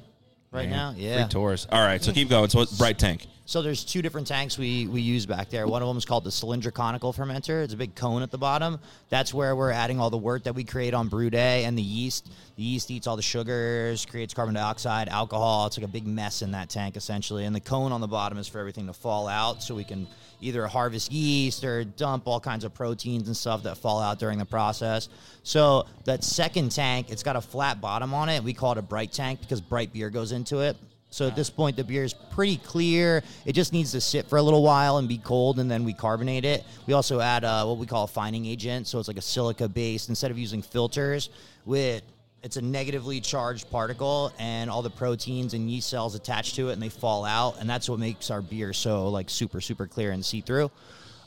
Speaker 5: Right now, yeah.
Speaker 2: Free tours. All right, so keep going. So it's bright tank.
Speaker 5: So there's two different tanks we, we use back there. One of them is called the cylinder conical fermenter. It's a big cone at the bottom. That's where we're adding all the wort that we create on brew day and the yeast. The yeast eats all the sugars, creates carbon dioxide, alcohol. It's like a big mess in that tank essentially. And the cone on the bottom is for everything to fall out so we can either harvest yeast or dump all kinds of proteins and stuff that fall out during the process. So that second tank, it's got a flat bottom on it. We call it a bright tank because bright beer goes into it. So at this point, the beer is pretty clear. It just needs to sit for a little while and be cold, and then we carbonate it. We also add uh, what we call a fining agent, so it's like a silica base. Instead of using filters, with it's a negatively charged particle, and all the proteins and yeast cells attached to it, and they fall out, and that's what makes our beer so like super super clear and see through.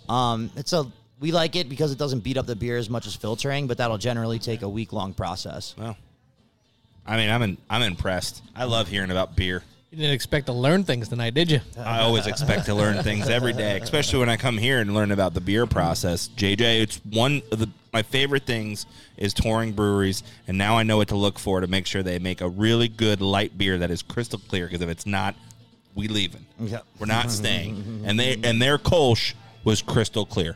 Speaker 5: Um, it's a we like it because it doesn't beat up the beer as much as filtering, but that'll generally take a week long process.
Speaker 2: Wow. I mean, I'm in, I'm impressed. I love hearing about beer.
Speaker 3: you didn't expect to learn things tonight, did you?
Speaker 2: I always expect to learn things every day, especially when I come here and learn about the beer process. JJ, it's one of the, my favorite things is touring breweries, and now I know what to look for to make sure they make a really good light beer that is crystal clear. Because if it's not, we leaving.
Speaker 5: Yeah.
Speaker 2: We're not staying. And they and their Kolsch was crystal clear.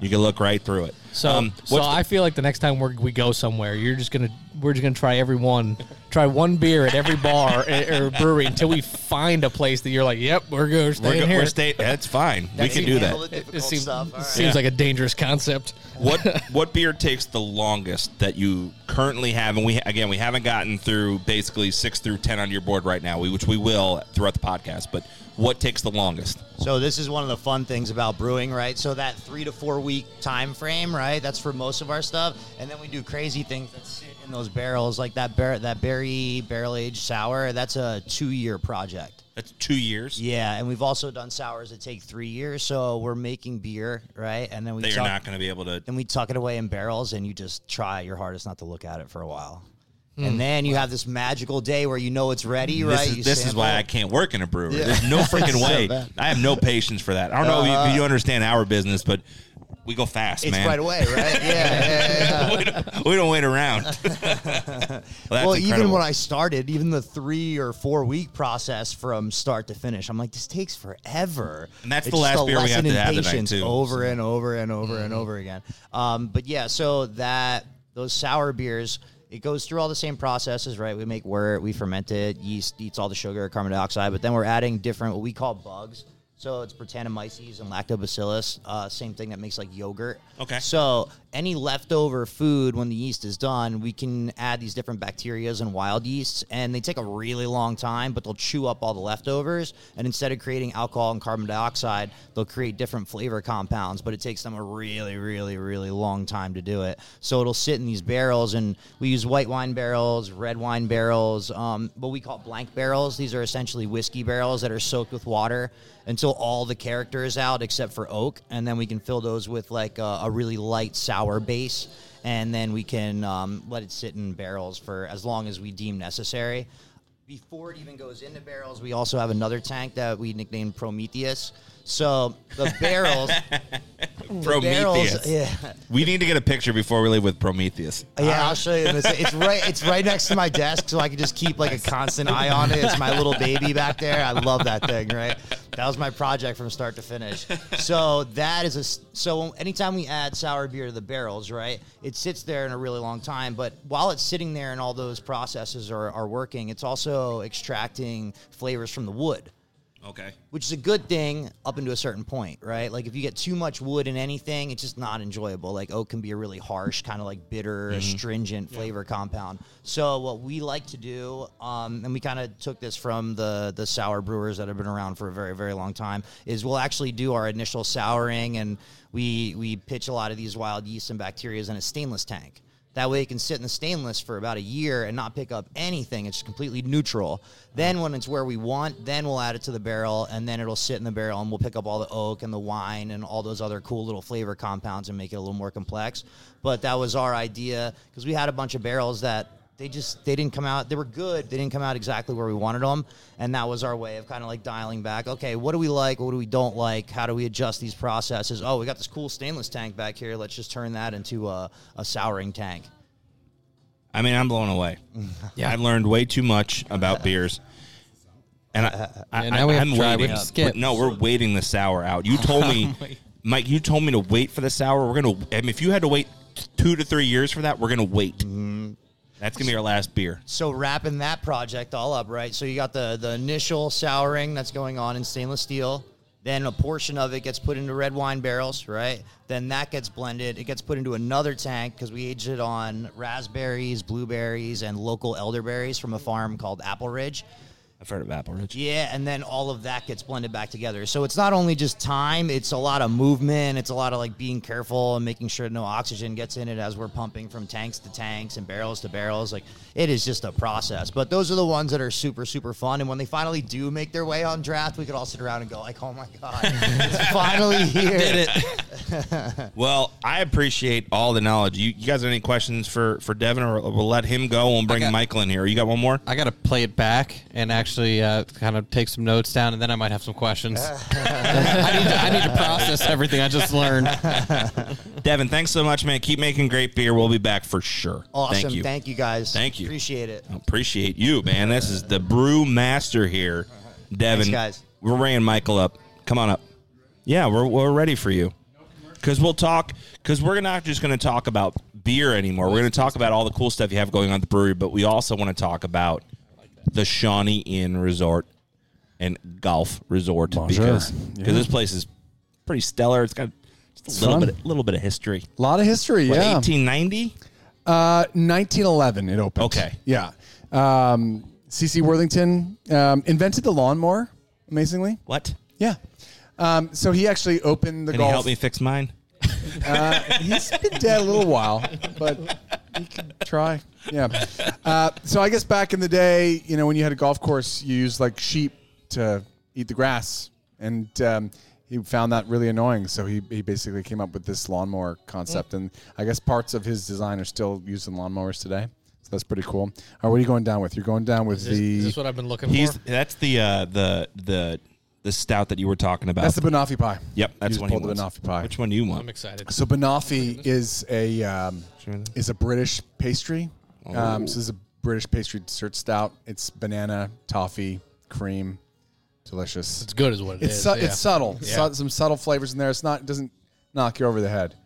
Speaker 2: You can look right through it.
Speaker 3: So,
Speaker 2: Um,
Speaker 3: so
Speaker 2: what's the-
Speaker 3: I feel like the next time we we go somewhere, you're just gonna we're just gonna try every one, try one beer at every bar eh, or, or brewery until we find a place that you're like, yep, we're good, we're
Speaker 2: we're,
Speaker 3: staying
Speaker 2: go-
Speaker 3: here.
Speaker 2: we're staying. That's fine. we
Speaker 5: That's
Speaker 2: can
Speaker 5: the
Speaker 2: do that.
Speaker 5: handle
Speaker 3: it it
Speaker 5: Difficult
Speaker 3: seems,
Speaker 5: stuff. All right.
Speaker 3: seems like a dangerous concept.
Speaker 2: what what beer takes the longest that you currently have and we again we haven't gotten through basically 6 through 10 on your board right now we, which we will throughout the podcast but what takes the longest
Speaker 5: So this is one of the fun things about brewing, right? So that three to four week time frame, right? That's for most of our stuff, and then we do crazy things that sit in those barrels, like that bar- that berry barrel aged sour. That's a two year project.
Speaker 2: that's 2 years
Speaker 5: Yeah, and we've also done sours that take three years. So we're making beer, right? And then we
Speaker 2: that you're
Speaker 5: tuck-
Speaker 2: not going to be able to
Speaker 5: then we tuck it away in barrels, and you just try your hardest not to look at it for a while. And then you have this magical day where you know it's ready,
Speaker 2: this
Speaker 5: right?
Speaker 2: is,
Speaker 5: You
Speaker 2: this is
Speaker 5: sample
Speaker 2: why
Speaker 5: it.
Speaker 2: I can't work in a brewery. There's no freaking
Speaker 5: So
Speaker 2: way.
Speaker 5: bad.
Speaker 2: I have no patience for that. I don't know if you, if you understand our business, but we go fast,
Speaker 5: It's
Speaker 2: man.
Speaker 5: right away, right? Yeah, yeah, yeah.
Speaker 2: we, don't, we don't wait around. Well, that's
Speaker 5: well, even
Speaker 2: incredible.
Speaker 5: when I started, even the three or four week process from start to finish, I'm like, this takes forever.
Speaker 2: And that's
Speaker 5: It's
Speaker 2: the
Speaker 5: just
Speaker 2: last
Speaker 5: a
Speaker 2: beer we
Speaker 5: lesson
Speaker 2: have to
Speaker 5: in
Speaker 2: have tonight,
Speaker 5: patience
Speaker 2: too. Mm-hmm.
Speaker 5: Over and over and over and over again. Um, but yeah, so that those sour beers, it goes through all the same processes, right? We make wort, we ferment it, yeast eats all the sugar, carbon dioxide, but then we're adding different what we call bugs. So it's Britannomyces and lactobacillus, uh, same thing that makes like yogurt.
Speaker 2: Okay.
Speaker 5: So so any leftover food when the yeast is done, we can add these different bacterias and wild yeasts, and they take a really long time, but they'll chew up all the leftovers. And instead of creating alcohol and carbon dioxide, they'll create different flavor compounds, but it takes them a really, really, really long time to do it. So it'll sit in these barrels, and we use white wine barrels, red wine barrels, um, what we call blank barrels. These are essentially whiskey barrels that are soaked with water until all the character is out except for oak, and then we can fill those with like a, a really light sour base, and then we can um, let it sit in barrels for as long as we deem necessary. Before it even goes into barrels, we also have another tank that we nicknamed Prometheus. So the barrels, the barrels,
Speaker 2: Prometheus.
Speaker 5: yeah,
Speaker 2: We need to get a picture before we leave with Prometheus.
Speaker 5: yeah, I'll show you. It's, it's right. It's right next to my desk, so I can just keep like a constant eye on it. It's my little baby back there. I love that thing. Right. That was my project from start to finish. So that is a s- so anytime we add sour beer to the barrels, right? It sits there in a really long time, but while it's sitting there and all those processes are, are working, it's also extracting flavors from the wood
Speaker 2: Okay.
Speaker 5: which is a good thing up into a certain point, right? Like if you get too much wood in anything, it's just not enjoyable. Like oak can be a really harsh, kind of like bitter, astringent flavor compound. So what we like to do, um, and we kind of took this from the the sour brewers that have been around for a very very long time, is we'll actually do our initial souring, and we we pitch a lot of these wild yeasts and bacterias in a stainless tank. That way it can sit in the stainless for about a year and not pick up anything. It's completely neutral. Then when it's where we want, then we'll add it to the barrel and then it'll sit in the barrel and we'll pick up all the oak and the wine and all those other cool little flavor compounds and make it a little more complex. But that was our idea because we had a bunch of barrels that they just they didn't come out they were good they didn't come out exactly where we wanted them and that was our way of kind of like dialing back okay what do we like what do we don't like how do we adjust these processes oh we got this cool stainless tank back here let's just turn that into a, a souring tank
Speaker 2: I mean, I'm blown away.
Speaker 4: Yeah.
Speaker 2: I've learned way too much about beers. And I, I,
Speaker 4: Yeah, now we have
Speaker 2: am
Speaker 4: to try. We
Speaker 2: waiting.
Speaker 4: have to skip.
Speaker 2: But no, we're waiting the sour out. You told me, Mike. You told me to wait for the sour. We're gonna. I mean, if you had to wait two to three years for that, we're gonna wait.
Speaker 5: Mm-hmm.
Speaker 2: That's gonna be our last beer.
Speaker 5: so wrapping that project all up, right? So you got the the initial souring that's going on in stainless steel. Then a portion of it gets put into red wine barrels, right? Then that gets blended. It gets put into another tank because we aged it on raspberries, blueberries, and local elderberries from a farm called Apple Ridge.
Speaker 2: I've heard of Apple Ridge.
Speaker 5: Yeah, and then all of that gets blended back together. So it's not only just time, it's a lot of movement, it's a lot of like being careful and making sure no oxygen gets in it as we're pumping from tanks to tanks and barrels to barrels. Like it is just a process. But those are the ones that are super super fun and when they finally do make their way on draft, we could all sit around and go like, "Oh my god, it's finally here."
Speaker 2: Well, I appreciate all the knowledge. You, you guys have any questions for for Devin, or we'll let him go. and We'll bring
Speaker 4: got-
Speaker 2: Michael in here. You got one more?
Speaker 4: I got to play it back and actually uh, kind of take some notes down, and then I might have some questions. I, need to, I need to process everything I just learned.
Speaker 2: Devin, thanks so much, man. Keep making great beer. We'll be back for sure.
Speaker 5: Awesome.
Speaker 2: Thank you.
Speaker 5: guys.
Speaker 2: Thank you.
Speaker 5: Appreciate it.
Speaker 2: Appreciate you, man. This is the brew master here, Devin.
Speaker 5: Thanks, guys.
Speaker 2: We're ringing Michael up. Come on up. Yeah, we're, we're ready for you. Because we'll talk. Because we're not just going to talk about beer anymore. We're going to talk about all the cool stuff you have going on at the brewery, but we also want to talk about the Shawnee Inn Resort and Golf Resort
Speaker 6: Bonjour.
Speaker 2: because
Speaker 6: Yeah.
Speaker 2: 'cause this place is pretty stellar. It's got just a little
Speaker 6: fun.
Speaker 2: bit, little bit of history.
Speaker 6: A lot of history,
Speaker 2: What,
Speaker 6: yeah.
Speaker 2: 1890.
Speaker 6: Uh, 1911 it opened.
Speaker 2: Okay.
Speaker 6: Yeah. Um, CC Worthington um, invented the lawnmower, amazingly.
Speaker 2: What?
Speaker 6: Yeah. Um, so he actually opened the
Speaker 2: Can
Speaker 6: golf.
Speaker 2: you help me fix mine?
Speaker 6: Uh, He's been dead a little while, but he could try. Yeah. Uh, so I guess back in the day, you know, when you had a golf course, you used like sheep to eat the grass, and um, he found that really annoying. So he, he basically came up with this lawnmower concept, and I guess parts of his design are still used in lawnmowers today. So that's pretty cool. All right, what are you going down with? You're going down with
Speaker 3: Is,
Speaker 6: the
Speaker 3: is this what I've been looking
Speaker 2: He's
Speaker 3: for?
Speaker 2: that's the uh, the the the stout that you were talking about.
Speaker 6: That's the banoffee pie.
Speaker 2: yep, that's
Speaker 6: you
Speaker 2: one he
Speaker 6: pulled the
Speaker 2: wants.
Speaker 6: banoffee pie.
Speaker 2: Which one do you want?
Speaker 3: I'm excited.
Speaker 6: So banoffee is a um, is a British pastry.
Speaker 2: Oh.
Speaker 6: Um, so this is a British pastry dessert stout. It's banana, toffee, cream, delicious.
Speaker 3: It's good, is what
Speaker 6: It's su- it's subtle. Su- some subtle flavors in there. It's not it doesn't knock you over the head.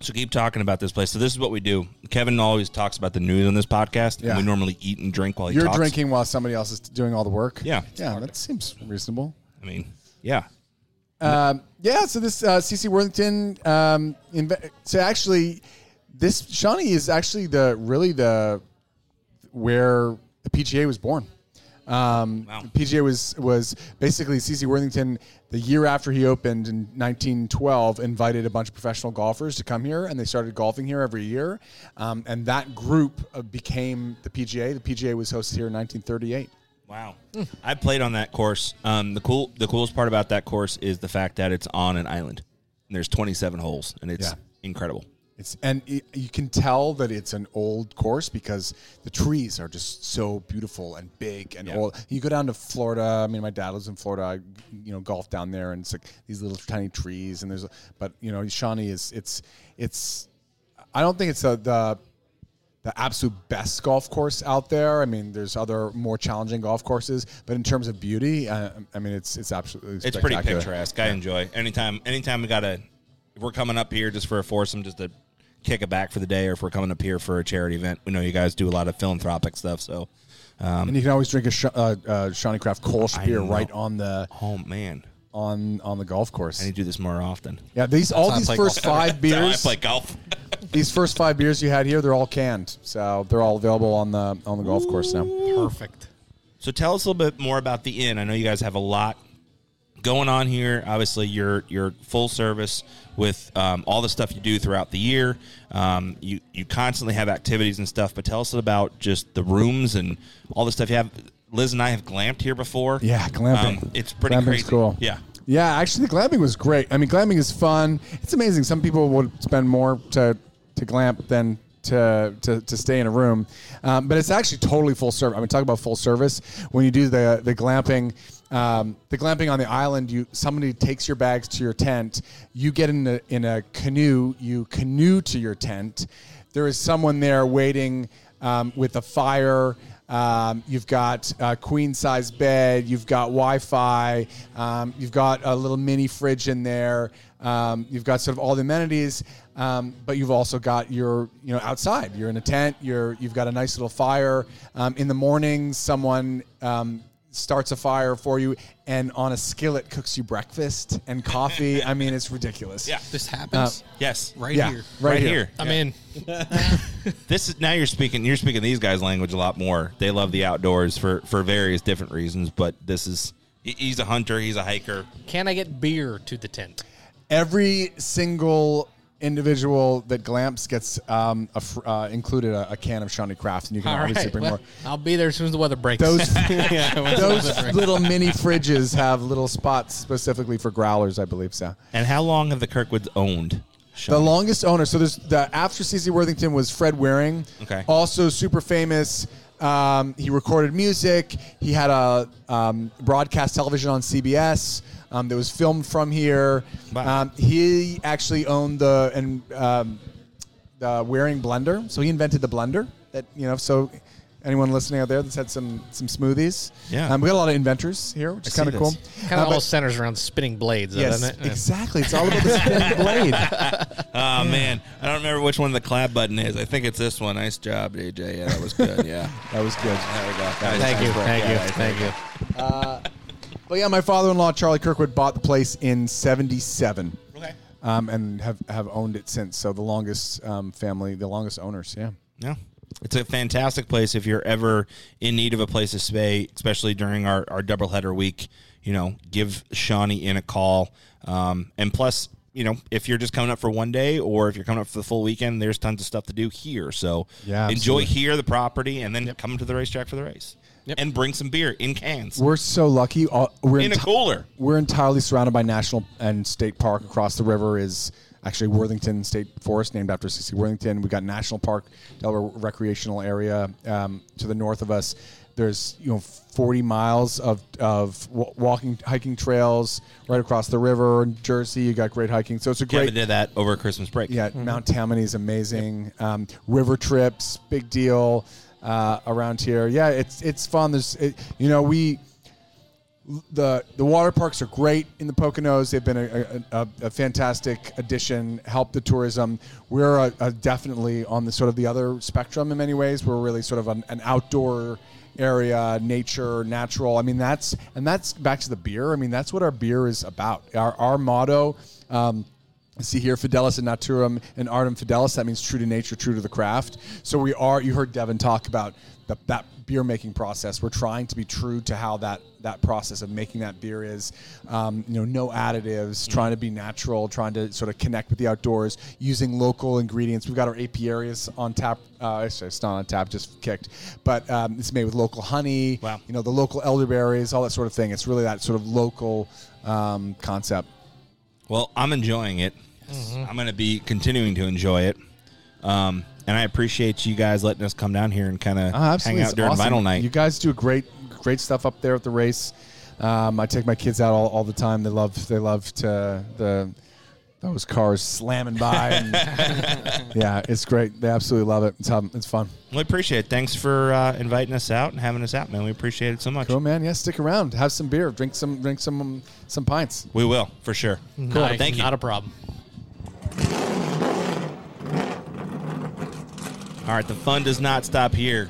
Speaker 2: So keep talking about this place. So this is what we do. Kevin always talks about the news on this podcast,
Speaker 6: Yeah.
Speaker 2: and we normally eat and drink while he
Speaker 6: You're
Speaker 2: talks.
Speaker 6: drinking while somebody else is doing all the work.
Speaker 2: Yeah.
Speaker 6: yeah, that seems reasonable.
Speaker 2: I mean, yeah.
Speaker 6: Um, yeah, so this uh, CC Worthington. Um, inve- so actually, this Shawnee is actually the really the where the PGA was born. Um,
Speaker 2: Wow.
Speaker 6: the PGA was was basically CC Worthington the year after he opened in 1912 invited a bunch of professional golfers to come here and they started golfing here every year, um, and that group uh, became the PGA. The PGA was hosted here in 1938.
Speaker 2: Wow. I played on that course. Um, the cool, the coolest part about that course is the fact that it's on an island, and there's 27 holes, and it's
Speaker 6: Yeah.
Speaker 2: incredible.
Speaker 6: It's and it, you can tell that it's an old course because the trees are just so beautiful and big and
Speaker 2: Yeah.
Speaker 6: old. You go down to Florida. I mean, my dad lives in Florida. I, you know, golf down there, and it's like these little tiny trees. And there's, but you know, Shawnee is it's it's. I don't think it's a, the the absolute best golf course out there. I mean, there's other more challenging golf courses, but in terms of beauty, uh, I mean, it's it's absolutely
Speaker 2: It's pretty
Speaker 6: spectacular.
Speaker 2: picturesque. I enjoy anytime. Anytime we gotta, if we're coming up here just for a foursome, just to kick it back for the day, or if we're coming up here for a charity event, we know you guys do a lot of philanthropic stuff. So,
Speaker 6: And you can always drink a Sh- uh, uh, Shawnee Craft Kolsch
Speaker 2: I
Speaker 6: beer
Speaker 2: know.
Speaker 6: right on the
Speaker 2: oh man,
Speaker 6: on on the golf course.
Speaker 2: I need to do this more often.
Speaker 6: Yeah, these all
Speaker 4: how I
Speaker 6: these
Speaker 4: play
Speaker 6: first
Speaker 4: golf.
Speaker 6: five
Speaker 2: That's how I
Speaker 6: beers,
Speaker 2: play golf.
Speaker 6: these first five beers you had here, they're all canned, so they're all available on the on the golf course now.
Speaker 3: perfect.
Speaker 2: So tell us a little bit more about the inn. I know you guys have a lot going on here. Obviously, you're you're full service with um, all the stuff you do throughout the year. Um, you you constantly have activities and stuff. But tell us about just the rooms and all the stuff you have. Liz and I have glamped here before.
Speaker 6: Yeah, glamping.
Speaker 2: Um, it's pretty
Speaker 6: Glamping's
Speaker 2: crazy.
Speaker 6: cool.
Speaker 2: Yeah.
Speaker 6: Yeah, actually, the glamping was great. I mean, glamping is fun. It's amazing. Some people would spend more to to glamp than to to, to stay in a room, um, but it's actually totally full service. I mean, talk about full service when you do the the glamping. Um, the glamping on the island, you somebody takes your bags to your tent. You get in a, in a canoe. You canoe to your tent. There is someone there waiting um, with a fire. Um, you've got a queen size bed. You've got Wi Fi. Um, you've got a little mini fridge in there. Um, you've got sort of all the amenities, um, but you've also got your you know outside. You're in a tent. You're you've got a nice little fire. Um, in the morning, someone um, starts a fire for you, and on a skillet cooks you breakfast and coffee. I mean, it's ridiculous.
Speaker 2: Yeah.
Speaker 4: This happens
Speaker 2: Yes.
Speaker 4: right
Speaker 6: yeah,
Speaker 4: here.
Speaker 6: right,
Speaker 2: Right
Speaker 6: here.
Speaker 2: here.
Speaker 3: I'm in.
Speaker 2: This is now you're speaking you're speaking these guys' language a lot more. They love the outdoors for for various different reasons, but this is he- he's a hunter, he's a hiker.
Speaker 3: Can I get beer to the tent?
Speaker 6: every single individual that glamps gets um, a fr- uh, included a, a can of Shawnee Craft, and you can
Speaker 3: All
Speaker 6: obviously
Speaker 3: right.
Speaker 6: bring
Speaker 3: well,
Speaker 6: more.
Speaker 3: I'll be there as soon as the weather breaks.
Speaker 6: Those
Speaker 4: Yeah,
Speaker 6: those little mini fridges have little spots specifically for growlers, I believe. So
Speaker 2: And how long have the Kirkwoods owned?
Speaker 6: the longest owner. So there's the after CC Worthington was Fred Waring.
Speaker 2: Okay.
Speaker 6: Also super famous. Um, he recorded music. He had a um, broadcast television on CBS um, that was filmed from here.
Speaker 2: Wow.
Speaker 6: Um, he actually owned the and um, the Waring blender. So he invented the blender that you know. So anyone listening out there that's had some some smoothies.
Speaker 2: Yeah.
Speaker 6: Um, we got a lot of inventors here, which is
Speaker 2: see
Speaker 6: kind of cool.
Speaker 2: this.
Speaker 3: kind of
Speaker 6: Uh,
Speaker 3: all
Speaker 6: but-
Speaker 3: centers around spinning blades, though,
Speaker 6: Yes,
Speaker 3: doesn't it?
Speaker 6: exactly. It's all about the spinning blade.
Speaker 2: Oh man, I don't remember which one the clap button is. I think it's this one. Nice job, AJ. Yeah, that was good. Yeah,
Speaker 6: That was good.
Speaker 2: there we go.
Speaker 3: Thank you, thank you, thank you.
Speaker 6: But yeah, my father-in-law Charlie Kirkwood bought the place in '77,
Speaker 2: Okay.
Speaker 6: um, and have have owned it since. So the longest um, family, the longest owners. Yeah.
Speaker 2: Yeah. It's a fantastic place if you're ever in need of a place to stay, especially during our, our doubleheader week. You know, give Shawnee in a call. Um, and plus, you know, if you're just coming up for one day or if you're coming up for the full weekend, there's tons of stuff to do here. So
Speaker 6: Yeah,
Speaker 2: enjoy
Speaker 6: absolutely.
Speaker 2: here the property and then come to the racetrack for the race. And bring some beer in cans.
Speaker 6: We're so lucky. All- We're
Speaker 2: in a
Speaker 6: enti-
Speaker 2: cooler.
Speaker 6: We're entirely surrounded by national and state park. Across the river is actually Worthington State Forest, named after C.C. Worthington. We got National Park, Delaware Recreational Area um, to the north of us. There's you know 40 miles of of wa- walking hiking trails right across the river in Jersey. You got great hiking, so it's a
Speaker 2: Kevin
Speaker 6: great
Speaker 2: did that over Christmas break.
Speaker 6: yeah, Mount Tammany is amazing. Um, river trips, big deal uh, around here. Yeah, it's it's fun. There's, it, you know, we the the water parks are great in the Poconos. They've been a, a, a, a fantastic addition, help the tourism. We're uh uh definitely on the sort of the other spectrum in many ways. We're really sort of an, an outdoor area, nature, natural. I mean, that's and that's back to the beer. I mean, that's what our beer is about. Our our motto. Um, See here, Fidelis and Naturum and Artem Fidelis. That means true to nature, true to the craft. So we are. You heard Devin talk about the, that beer making process. We're trying to be true to how that that process of making that beer is. Um, you know, no additives. Trying to be natural. Trying to sort of connect with the outdoors using local ingredients. We've got our apiaries on tap. Uh, sorry, it's not on tap. Just kicked. But um, it's made with local honey.
Speaker 2: Wow.
Speaker 6: You know, the local elderberries, all that sort of thing. It's really that sort of local um, concept.
Speaker 2: Well, I'm enjoying it. I'm going to be continuing to enjoy it. Um, and I appreciate you guys letting us come down here and kind of
Speaker 6: Oh,
Speaker 2: hang
Speaker 6: absolutely.
Speaker 2: out
Speaker 6: It's
Speaker 2: during
Speaker 6: awesome.
Speaker 2: Vinyl Night.
Speaker 6: You guys do great, great stuff up there at the race. Um, I take my kids out all, all the time. They love, they love to the those cars slamming by. and- yeah, it's great. They absolutely love it. It's, um, it's fun.
Speaker 2: we appreciate it. Thanks for uh, inviting us out and having us out, man. We appreciate it so much.
Speaker 6: Cool, man. Yeah, stick around. Have some beer. Drink some, drink some, um, some pints.
Speaker 2: We will, for sure.
Speaker 3: Cool. Not,
Speaker 2: Thank you.
Speaker 3: Not a problem.
Speaker 2: All right, the fun does not stop here.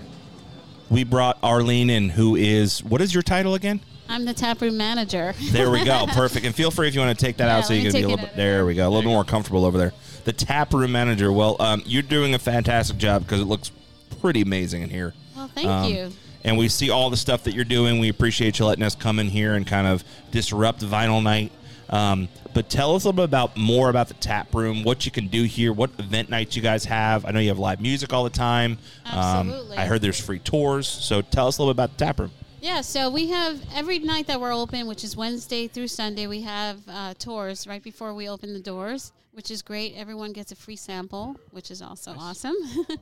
Speaker 2: We brought Arlene in, who is, what is your title again?
Speaker 7: I'm the taproom manager.
Speaker 2: There we go. Perfect. And feel free if you want to take that
Speaker 7: Yeah,
Speaker 2: out so
Speaker 7: let
Speaker 2: you can
Speaker 7: me
Speaker 2: be a
Speaker 7: take it
Speaker 2: little bit.
Speaker 7: out.
Speaker 2: There we go. A little bit more comfortable over there. The tap room manager. Well, um, you're doing a fantastic job because it looks pretty amazing in here.
Speaker 7: Well, thank
Speaker 2: Um,
Speaker 7: you.
Speaker 2: And we see all the stuff that you're doing. We appreciate you letting us come in here and kind of disrupt vinyl night. Um, but tell us a little bit about more about the tap room, what you can do here, what event nights you guys have. I know you have live music all the time. Um,
Speaker 7: Absolutely.
Speaker 2: I heard there's free tours. So tell us a little bit about the tap room.
Speaker 7: Yeah, so we have every night that we're open, which is Wednesday through Sunday, we have uh, tours right before we open the doors, which is great. Everyone gets a free sample, which is also awesome.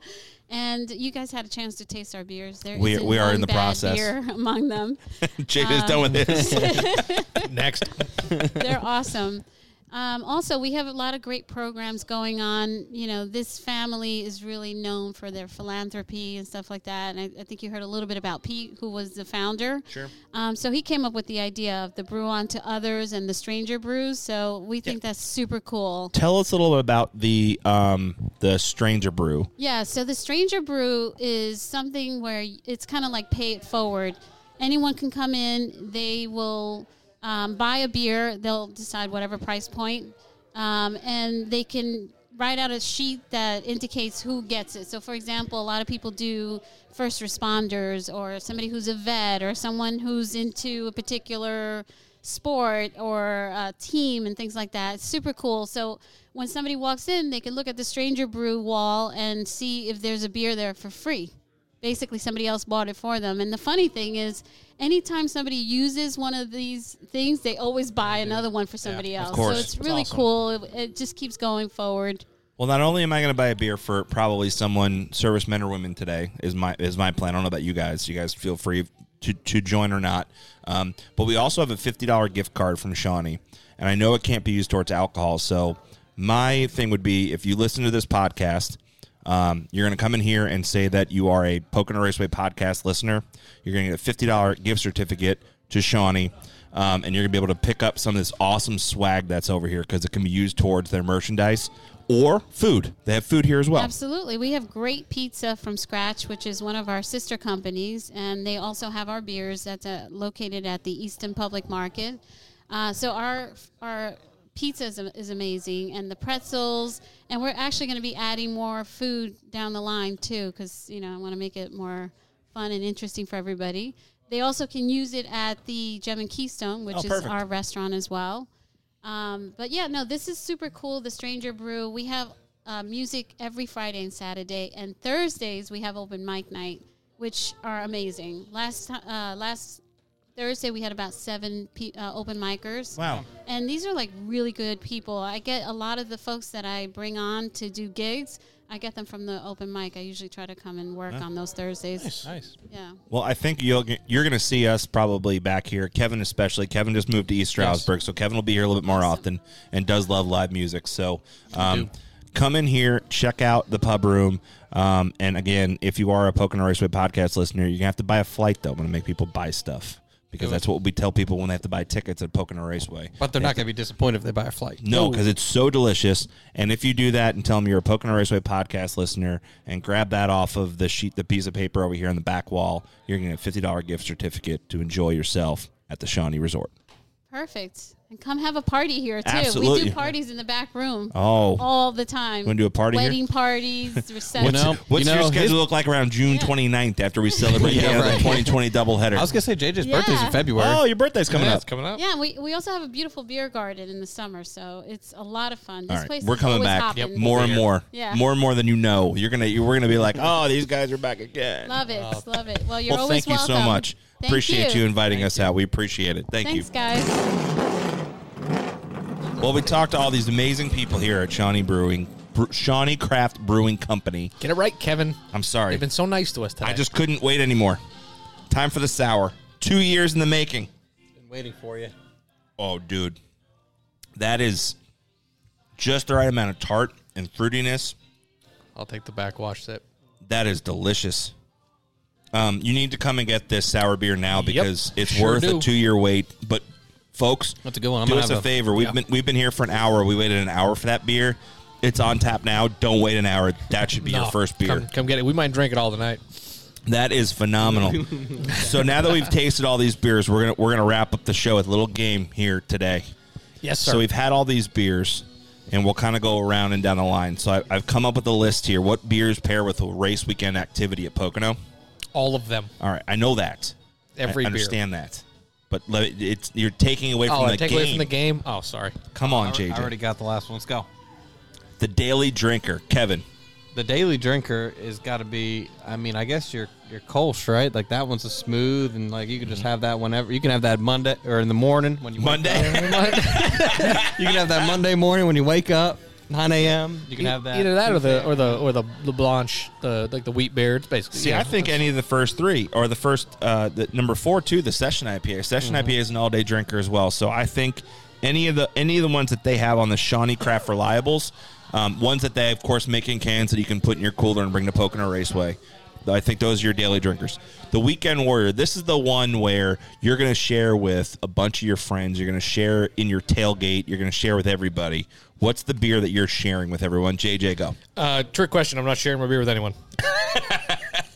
Speaker 7: and you guys had a chance to taste our beers. There
Speaker 2: We-
Speaker 7: isn't
Speaker 2: we are in
Speaker 7: one
Speaker 2: the
Speaker 7: bad
Speaker 2: process.
Speaker 7: beer among them.
Speaker 2: Jade is done with this.
Speaker 3: Next.
Speaker 7: They're awesome. Um, also, we have a lot of great programs going on. You know, this family is really known for their philanthropy and stuff like that. And I, I think you heard a little bit about Pete, who was the founder. Sure. Um, so he came up with the idea of the brew on to others and the stranger brews. So we think that's super cool.
Speaker 2: tell us a little bit about the um, the Stranger Brew.
Speaker 7: Yeah, so the stranger brew is something where y- it's kind of like pay it forward. Anyone can come in, they will um, buy a beer, they'll decide whatever price point, um, and they can write out a sheet that indicates who gets it. So, for example, a lot of people do first responders or somebody who's a vet or someone who's into a particular sport or a team and things like that. It's super cool. So when somebody walks in, they can look at the stranger brew wall and see if there's a beer there for free. Basically, somebody else bought it for them. And the funny thing is, anytime somebody uses one of these things, they always buy another one for somebody else.
Speaker 2: course.
Speaker 7: So it's
Speaker 2: That's
Speaker 7: really
Speaker 2: awesome.
Speaker 7: cool. It, it just keeps going forward.
Speaker 2: Well, not only am I going to buy a beer for probably someone servicemen or women today is my is my plan. I don't know about you guys. You guys feel free to, to join or not. Um, but we also have a fifty dollar gift card from Shawnee, and I know it can't be used towards alcohol. So my thing would be if you listen to this podcast. Um, you're going to come in here and say that you are a Pocono Raceway podcast listener. You're going to get a fifty dollar gift certificate to Shawnee, um, and you're going to be able to pick up some of this awesome swag that's over here because it can be used towards their merchandise or food. They have food here as well.
Speaker 7: Absolutely. We have great pizza from Scratch, which is one of our sister companies, and they also have our beers that's uh, located at the Easton Public Market. Uh, so our our pizza is, is amazing, and the pretzels, and we're actually going to be adding more food down the line too, because you know I want to make it more fun and interesting for everybody. They also can use it at the Gem and Keystone, which
Speaker 2: Oh,
Speaker 7: is
Speaker 2: perfect.
Speaker 7: our restaurant as well. Um, but yeah, no, this is super cool. The Stranger Brew. We have uh, music every Friday and Saturday, and Thursdays we have open mic night, which are amazing. Last ti- uh, last Thursday we had about seven pe- uh, open micers.
Speaker 2: Wow.
Speaker 7: And these are like really good people. I get a lot of the folks that I bring on to do gigs. I get them from the open mic. I usually try to come and work on those Thursdays.
Speaker 4: Nice.
Speaker 7: Yeah.
Speaker 2: Well, I think you'll get- you're going to see us probably back here. Kevin especially. Kevin just moved to East Stroudsburg, so Kevin will be here a little bit more often and does love live music. So, um, come in here, check out the pub room. Um, and again, if you are a Pocono Raceway podcast listener, you're gonna have to buy a flight though. I'm gonna make people buy stuff because that's what we tell people when they have to buy tickets at Pocono Raceway.
Speaker 4: But they're not going to be disappointed if they buy a flight.
Speaker 2: No, because it's so delicious. And if you do that and tell them you're a Pocono Raceway podcast listener and grab that off of the sheet, the piece of paper over here on the back wall, you're going to get a fifty dollar gift certificate to enjoy yourself at the Shawnee Resort.
Speaker 7: Perfect. And come have a party here too. We
Speaker 2: Absolutely.
Speaker 7: do parties in the back room
Speaker 2: Oh,
Speaker 7: all the time.
Speaker 2: Wanna do a party here?
Speaker 7: Wedding parties,
Speaker 4: You
Speaker 7: receptions.
Speaker 4: know,
Speaker 2: what's
Speaker 4: you know,
Speaker 2: your schedule
Speaker 4: his-
Speaker 2: look like around June 29th after we celebrate
Speaker 4: Yeah,
Speaker 2: the
Speaker 4: right.
Speaker 2: 2020 doubleheader?
Speaker 4: I was going to say JJ's
Speaker 7: Yeah.
Speaker 4: birthday's in February.
Speaker 2: oh, your birthday's coming
Speaker 4: Yeah,
Speaker 2: up.
Speaker 4: it's coming up.
Speaker 7: Yeah, and we, we also have a beautiful beer garden in the summer, so it's a lot of fun. This
Speaker 2: All right,
Speaker 7: place
Speaker 2: we're
Speaker 7: is
Speaker 2: coming
Speaker 7: always
Speaker 2: back
Speaker 7: hopping.
Speaker 2: more and more,
Speaker 7: Yeah.
Speaker 2: more and more than you know. You're gonna, you, we're gonna be like, oh, these guys are back again.
Speaker 7: Love it, love it. Well, you're
Speaker 2: well,
Speaker 7: always
Speaker 2: thank you so
Speaker 7: welcome.
Speaker 2: much.
Speaker 7: Thank
Speaker 2: appreciate you,
Speaker 7: you.
Speaker 2: inviting us out. We appreciate it. Thank
Speaker 7: Thanks,
Speaker 2: you.
Speaker 7: guys.
Speaker 2: Well, we talked to all these amazing people here at Shawnee Brewing, Bre- Shawnee Craft Brewing Company.
Speaker 3: Get it right, Kevin.
Speaker 2: I'm sorry.
Speaker 3: They've been so nice to us today.
Speaker 2: I just couldn't wait anymore. Time for the sour. Two years in the making.
Speaker 4: Been waiting for you.
Speaker 2: Oh, dude. That is just the right amount of tart and fruitiness.
Speaker 4: I'll take the backwash sip.
Speaker 2: That is delicious. Um, you need to come and get this sour beer now because it's
Speaker 3: Sure
Speaker 2: worth
Speaker 3: do.
Speaker 2: a two year wait. But folks,
Speaker 4: That's a good one. I'm
Speaker 2: do
Speaker 4: gonna
Speaker 2: us
Speaker 4: have
Speaker 2: a
Speaker 4: a-
Speaker 2: favor. We've
Speaker 4: yeah.
Speaker 2: been we've been here for an hour. We waited an hour for that beer. It's on tap now. Don't wait an hour. That should be
Speaker 3: No,
Speaker 2: your first beer.
Speaker 3: Come, come get it. We might drink it all tonight.
Speaker 2: That is phenomenal. so now that we've tasted all these beers, we're gonna we're gonna wrap up the show with a little game here today.
Speaker 3: Yes,
Speaker 2: So we've had all these beers, and we'll kind of go around and down the line. So I, I've come up with a list here. What beers pair with a race weekend activity at Pocono?
Speaker 3: all of them.
Speaker 2: All right, I know that.
Speaker 3: Every
Speaker 2: I
Speaker 3: beer.
Speaker 2: understand that, but let it- it's you're taking away from
Speaker 3: Oh,
Speaker 2: the
Speaker 3: take
Speaker 2: game.
Speaker 3: away from the game. Oh, sorry.
Speaker 2: Come on,
Speaker 4: I
Speaker 2: JJ.
Speaker 4: already got the last one. Let's go.
Speaker 2: the daily drinker, Kevin.
Speaker 4: The daily drinker is got to be. I mean, I guess your your Kolsch, right? Like that one's a smooth, and like you can just have that whenever. You can have that Monday or in the morning when you wake
Speaker 2: Monday.
Speaker 4: up. You can have that Monday morning when you wake up, 9 a.m. You can have that.
Speaker 3: Either that or the or the or the, the blanche, the like the wheat beer. It's basically.
Speaker 2: See,
Speaker 3: yeah.
Speaker 2: I think any of the first three or the first uh, the, number four too. The session IPA. Session IPA is an all day drinker as well. So I think any of the any of the ones that they have on the Shawnee Craft Reliables, um, ones that they of course make in cans that you can put in your cooler and bring to Pocono Raceway. I think those are your daily drinkers. The Weekend Warrior. This is the one where you're going to share with a bunch of your friends. You're going to share in your tailgate. You're going to share with everybody. What's the beer that you're sharing with everyone? JJ, go.
Speaker 3: Uh, trick question. I'm not sharing my beer with anyone.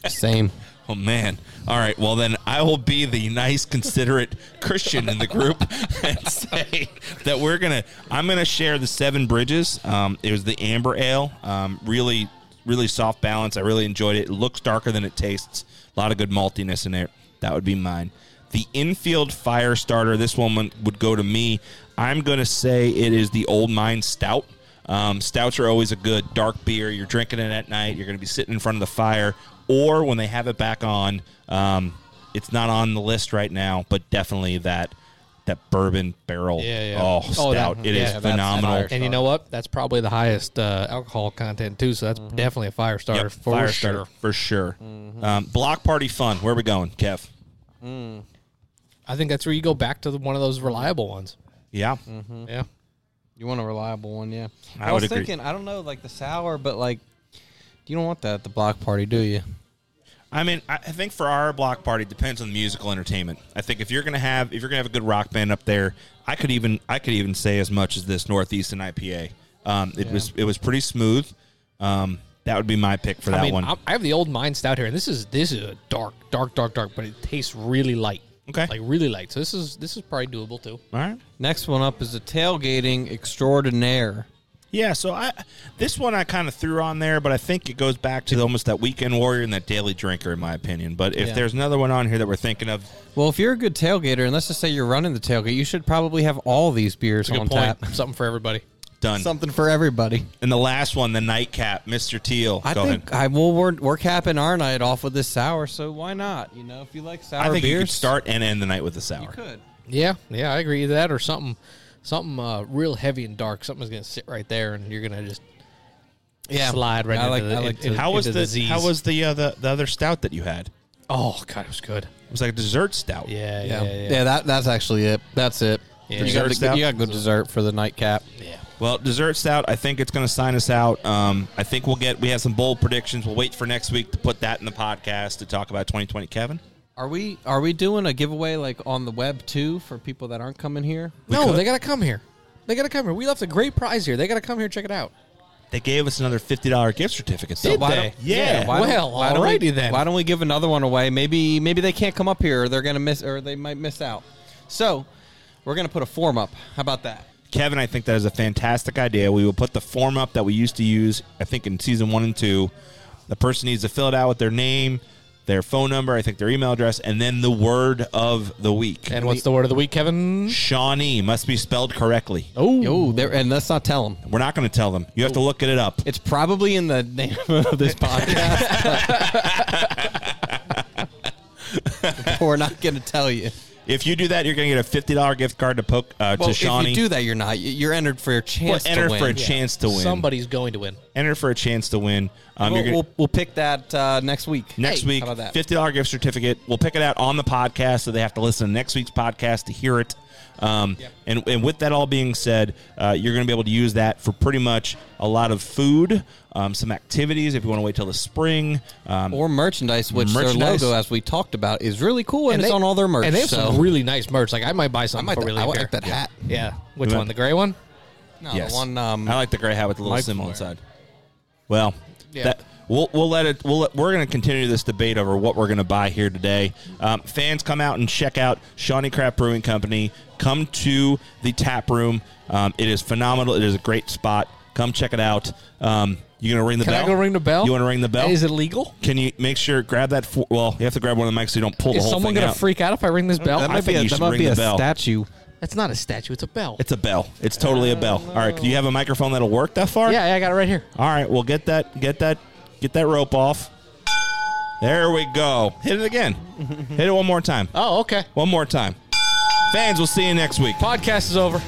Speaker 4: same.
Speaker 2: Oh man! All right. Well, then I will be the nice, considerate Christian in the group and say that we're gonna. I'm gonna share the Seven Bridges. Um, it was the amber ale. Um, really, really soft balance. I really enjoyed it. It looks darker than it tastes. A lot of good maltiness in there. That would be mine. The infield fire starter. This one would- would go to me. I'm gonna say it is the Old Mine Stout. Um, stouts are always a good dark beer. You're drinking it at night. You're going to be sitting in front of the fire, or when they have it back on. Um, it's not on the list right now, but definitely that that bourbon barrel.
Speaker 3: Yeah, yeah.
Speaker 2: Oh,
Speaker 3: Oh, that-
Speaker 2: stout. It is
Speaker 3: yeah, that's
Speaker 2: phenomenal.
Speaker 4: fire.
Speaker 3: And you know what? That's probably the highest uh, alcohol content too. So that's definitely a fire starter
Speaker 2: Mm-hmm. Yep,
Speaker 3: for
Speaker 2: fire
Speaker 3: sure. Mm-hmm.
Speaker 2: starter for sure. Um, block party fun. Where are we going, Kev?
Speaker 3: I think that's where you go back to the, one of those reliable ones.
Speaker 2: Yeah. Mm-hmm.
Speaker 3: Yeah.
Speaker 4: You want a reliable one, yeah.
Speaker 2: I
Speaker 4: was
Speaker 2: would agree.
Speaker 4: thinking, I don't know, like the sour, but like you don't want that at the block party, do you?
Speaker 2: I mean, I I think for our block party it depends on the musical entertainment. I think if you're gonna have if you're gonna have a good rock band up there, I could even I could even say as much as this Northeastern IPA. Um, it was it was pretty smooth. Um, that would be my pick for that
Speaker 3: I mean,
Speaker 2: one.
Speaker 3: I'm- I have the old mine stout here, and this is this is a dark, dark, dark, dark, but it tastes really light.
Speaker 2: Okay.
Speaker 3: like really light. So this is this is probably doable too.
Speaker 2: All right.
Speaker 4: Next one up is a tailgating extraordinaire.
Speaker 2: Yeah, so I this one I kind of threw on there, but I think it goes back to almost that weekend warrior and that daily drinker, in my opinion. But if
Speaker 4: Yeah.
Speaker 2: there's another one on here that we're thinking of,
Speaker 4: Well, if you're a good tailgater, and let's just say you're running the tailgate, you should probably have all these beers
Speaker 3: Good
Speaker 4: on
Speaker 3: point.
Speaker 4: tap.
Speaker 3: Something for everybody.
Speaker 2: Done.
Speaker 4: Something for everybody.
Speaker 2: and the last one, the nightcap, Mr. Teal.
Speaker 4: I
Speaker 2: Go
Speaker 4: think
Speaker 2: ahead.
Speaker 4: I will. We're, we're capping our night off with this sour, so why not? You know, if you like sour
Speaker 2: I think
Speaker 4: beers,
Speaker 2: you could start and end the night with a sour.
Speaker 4: You could.
Speaker 3: Yeah, yeah, I agree with that. Or something, something uh, real heavy and dark. Something's gonna sit right there, and you're gonna just
Speaker 4: Yeah,
Speaker 3: slide right
Speaker 4: I
Speaker 3: into
Speaker 4: like-
Speaker 3: the.
Speaker 4: I like
Speaker 3: into-
Speaker 4: to-
Speaker 2: How was
Speaker 3: into
Speaker 2: the,
Speaker 3: Z's.
Speaker 2: how was the, uh, the the other stout that you had?
Speaker 3: Oh god, it was good.
Speaker 2: It was like a dessert stout.
Speaker 3: Yeah, yeah,
Speaker 4: Yeah, yeah,
Speaker 3: yeah.
Speaker 4: that that's actually it. That's it.
Speaker 3: Yeah.
Speaker 4: You, got
Speaker 2: Desserts
Speaker 4: the,
Speaker 2: now?
Speaker 4: you got good dessert for the nightcap.
Speaker 3: yeah.
Speaker 2: Well, dessert stout. I think it's going to sign us out. Um, I think we'll get. We have some bold predictions. We'll wait for next week to put that in the podcast to talk about 2020. Kevin,
Speaker 4: Are we are we doing a giveaway like on the web too for people that aren't coming here?
Speaker 3: no,
Speaker 2: could.
Speaker 3: they gotta come here. They gotta come here. We left a great prize here. They gotta come here. and Check it out.
Speaker 2: they gave us another fifty dollar gift certificate.
Speaker 4: So
Speaker 2: So
Speaker 4: why
Speaker 2: they?
Speaker 4: don't-
Speaker 2: Yeah.
Speaker 4: why don't-
Speaker 3: Well,
Speaker 4: why don't we-
Speaker 3: alrighty then.
Speaker 4: Why don't we give another one away? Maybe maybe they can't come up here, or they're gonna miss, or they might miss out. So we're gonna put a form up. How about that?
Speaker 2: Kevin, I think that is a fantastic idea. We will put the form up that we used to use, I think, in season one and two. The person needs to fill it out with their name, their phone number, I think their email address, and then the word of the week.
Speaker 3: And what's the word of the week, Kevin?
Speaker 2: Shawnee must be spelled correctly.
Speaker 3: Oh,
Speaker 4: Oh, there, and let's not tell them.
Speaker 2: We're not going to tell them. You have to look it up.
Speaker 4: It's probably in the name of this podcast. but we're not gonna tell you.
Speaker 2: If you do that, you're going to get a fifty dollar gift card to poke uh,
Speaker 4: Well,
Speaker 2: to
Speaker 4: if
Speaker 2: Shawnee.
Speaker 4: you do that, you're not. You- You're entered for a
Speaker 2: Well,
Speaker 4: chance.
Speaker 2: enter
Speaker 4: to win.
Speaker 2: for a chance to win.
Speaker 3: somebody's going to win.
Speaker 2: enter for a chance to win. Um,
Speaker 4: we'll,
Speaker 2: you're gonna,
Speaker 4: we'll, we'll pick that uh, next week.
Speaker 2: next
Speaker 4: Hey,
Speaker 2: week,
Speaker 4: How about that?
Speaker 2: fifty dollar gift certificate. We'll pick it out on the podcast, so they have to listen to next week's podcast to hear it. Um, and, and with that all being said, uh, you're going to be able to use that for pretty much a lot of food, um, some activities if you want to wait till the spring. Um,
Speaker 4: or merchandise, which
Speaker 2: Merchandise.
Speaker 4: their logo, as we talked about, is really cool, and, it's
Speaker 3: they-
Speaker 4: on all their merch.
Speaker 3: And they have
Speaker 4: so.
Speaker 3: some really nice merch. Like I might buy
Speaker 4: I
Speaker 3: some.
Speaker 4: might.
Speaker 3: before we
Speaker 4: I
Speaker 3: leave
Speaker 4: like
Speaker 3: here.
Speaker 4: that hat.
Speaker 3: Yeah. Which
Speaker 2: Yeah.
Speaker 3: one? The gray one. Uh,
Speaker 4: No,
Speaker 2: yes,
Speaker 4: the one. Um,
Speaker 2: I like the gray hat with the little
Speaker 4: Mike
Speaker 2: symbol
Speaker 4: wore.
Speaker 2: inside. Well,
Speaker 3: Yeah.
Speaker 2: that we'll we'll let it. We'll let, we're going to continue this debate over what we're going to buy here today. Um, fans, come out and check out Shawnee Craft Brewing Company. Come to the tap room. Um, it is phenomenal. It is a great spot. Come check it out. Um, you going to ring the
Speaker 3: Can
Speaker 2: bell?
Speaker 3: I go ring the bell?
Speaker 2: You want to ring the bell?
Speaker 3: Is it legal?
Speaker 2: Can you make sure grab that? For, well, you have to grab one of the mics so you don't pull the
Speaker 3: Is
Speaker 2: whole
Speaker 3: someone
Speaker 2: thing
Speaker 3: gonna
Speaker 2: out.
Speaker 3: freak out if I ring this bell?
Speaker 4: that
Speaker 2: I
Speaker 4: might be
Speaker 2: think
Speaker 4: a,
Speaker 2: you
Speaker 4: that
Speaker 2: should
Speaker 4: might
Speaker 2: ring
Speaker 4: be
Speaker 2: the
Speaker 4: a
Speaker 2: bell.
Speaker 4: statue.
Speaker 3: That's not a statue. It's a bell.
Speaker 2: it's a bell. It's totally a bell. All right. Do you have a microphone that'll work that far?
Speaker 3: yeah, yeah, I got it right here.
Speaker 2: All right, well get that get that get that rope off. There we go. Hit it again. Hit it one more time.
Speaker 3: Oh, okay.
Speaker 2: One more time. Fans, we'll see you next week.
Speaker 3: Podcast is over.